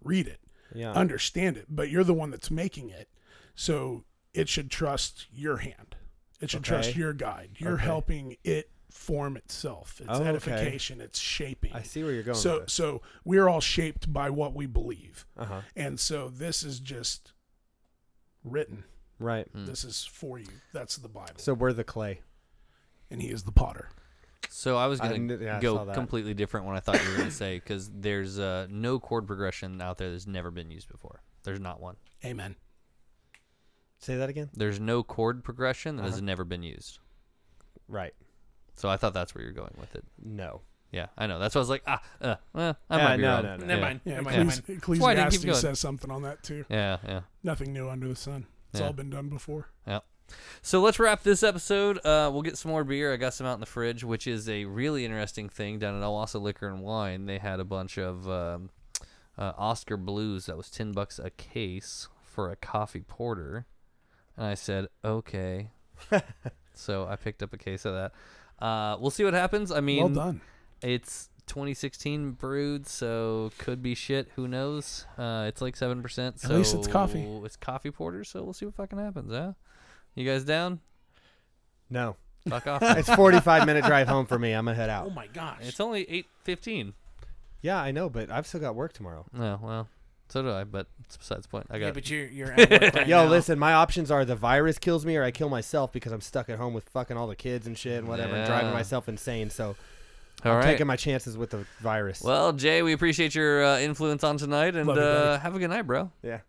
Read it.
Yeah.
Understand it, but you're the one that's making it. So it should trust your hand. It should trust
Okay.
your guide. You're
Okay.
helping it form itself. It's
Oh, okay.
edification, it's shaping.
I see where you're going.
So
with this.
so we're all shaped by what we believe.
Uh-huh.
And so this is just written.
Right.
This is for you. That's the Bible.
Hmm. So we're the clay.
and he is the potter.
So I was
I
gonna
kn- yeah, I saw
go
that.
completely different when I thought you were gonna say because there's uh, no chord progression out there that's never been used before. There's not one.
Amen.
Say that again.
There's no chord progression that
Uh-huh.
has never been used.
Right.
So I thought that's where you're going with it.
No.
Yeah, I know. That's why I was like, ah, uh, well, I
Yeah,
might be
no,
wrong.
no, no.
Never
yeah.
mind.
Yeah,
Never mind.
yeah.
Never
Ecclesi-
mind.
That's why I didn't keep
Ecclesiastes
going.
says something on that too.
Yeah, yeah.
Nothing new under the sun. It's
Yeah.
all been done before.
So let's wrap this episode. Uh, we'll get some more beer. I got some out in the fridge, which is a really interesting thing down at Owasso Liquor and Wine. They had a bunch of um, uh, Oscar Blues that was ten bucks a case for a coffee porter, and I said okay. so I picked up a case of that. Uh, we'll see what happens. I mean,
Well done.
it's 2016 brewed, so could be shit. Who knows? Uh, it's like seven percent. So
At least it's coffee.
It's coffee porter, so we'll see what fucking happens. Yeah, you guys down?
No.
Fuck off.
It's 45 minute drive home for me. I'm gonna head
Oh
out.
my gosh.
it's only 8:15.
Yeah, I know, but I've still got work tomorrow.
No, Oh, well, so do I, but it's besides the point. I got.
yeah, but you're you're at work right
Yo,
now.
listen, my options are the virus kills me or I kill myself because I'm stuck at home with fucking all the kids and shit and whatever and driving
Yeah.
myself insane. So
All
I'm
right.
taking my chances with the virus.
well, Jay, we appreciate your uh, influence on tonight, and
Love you, buddy.
uh, have a good night, bro.
yeah.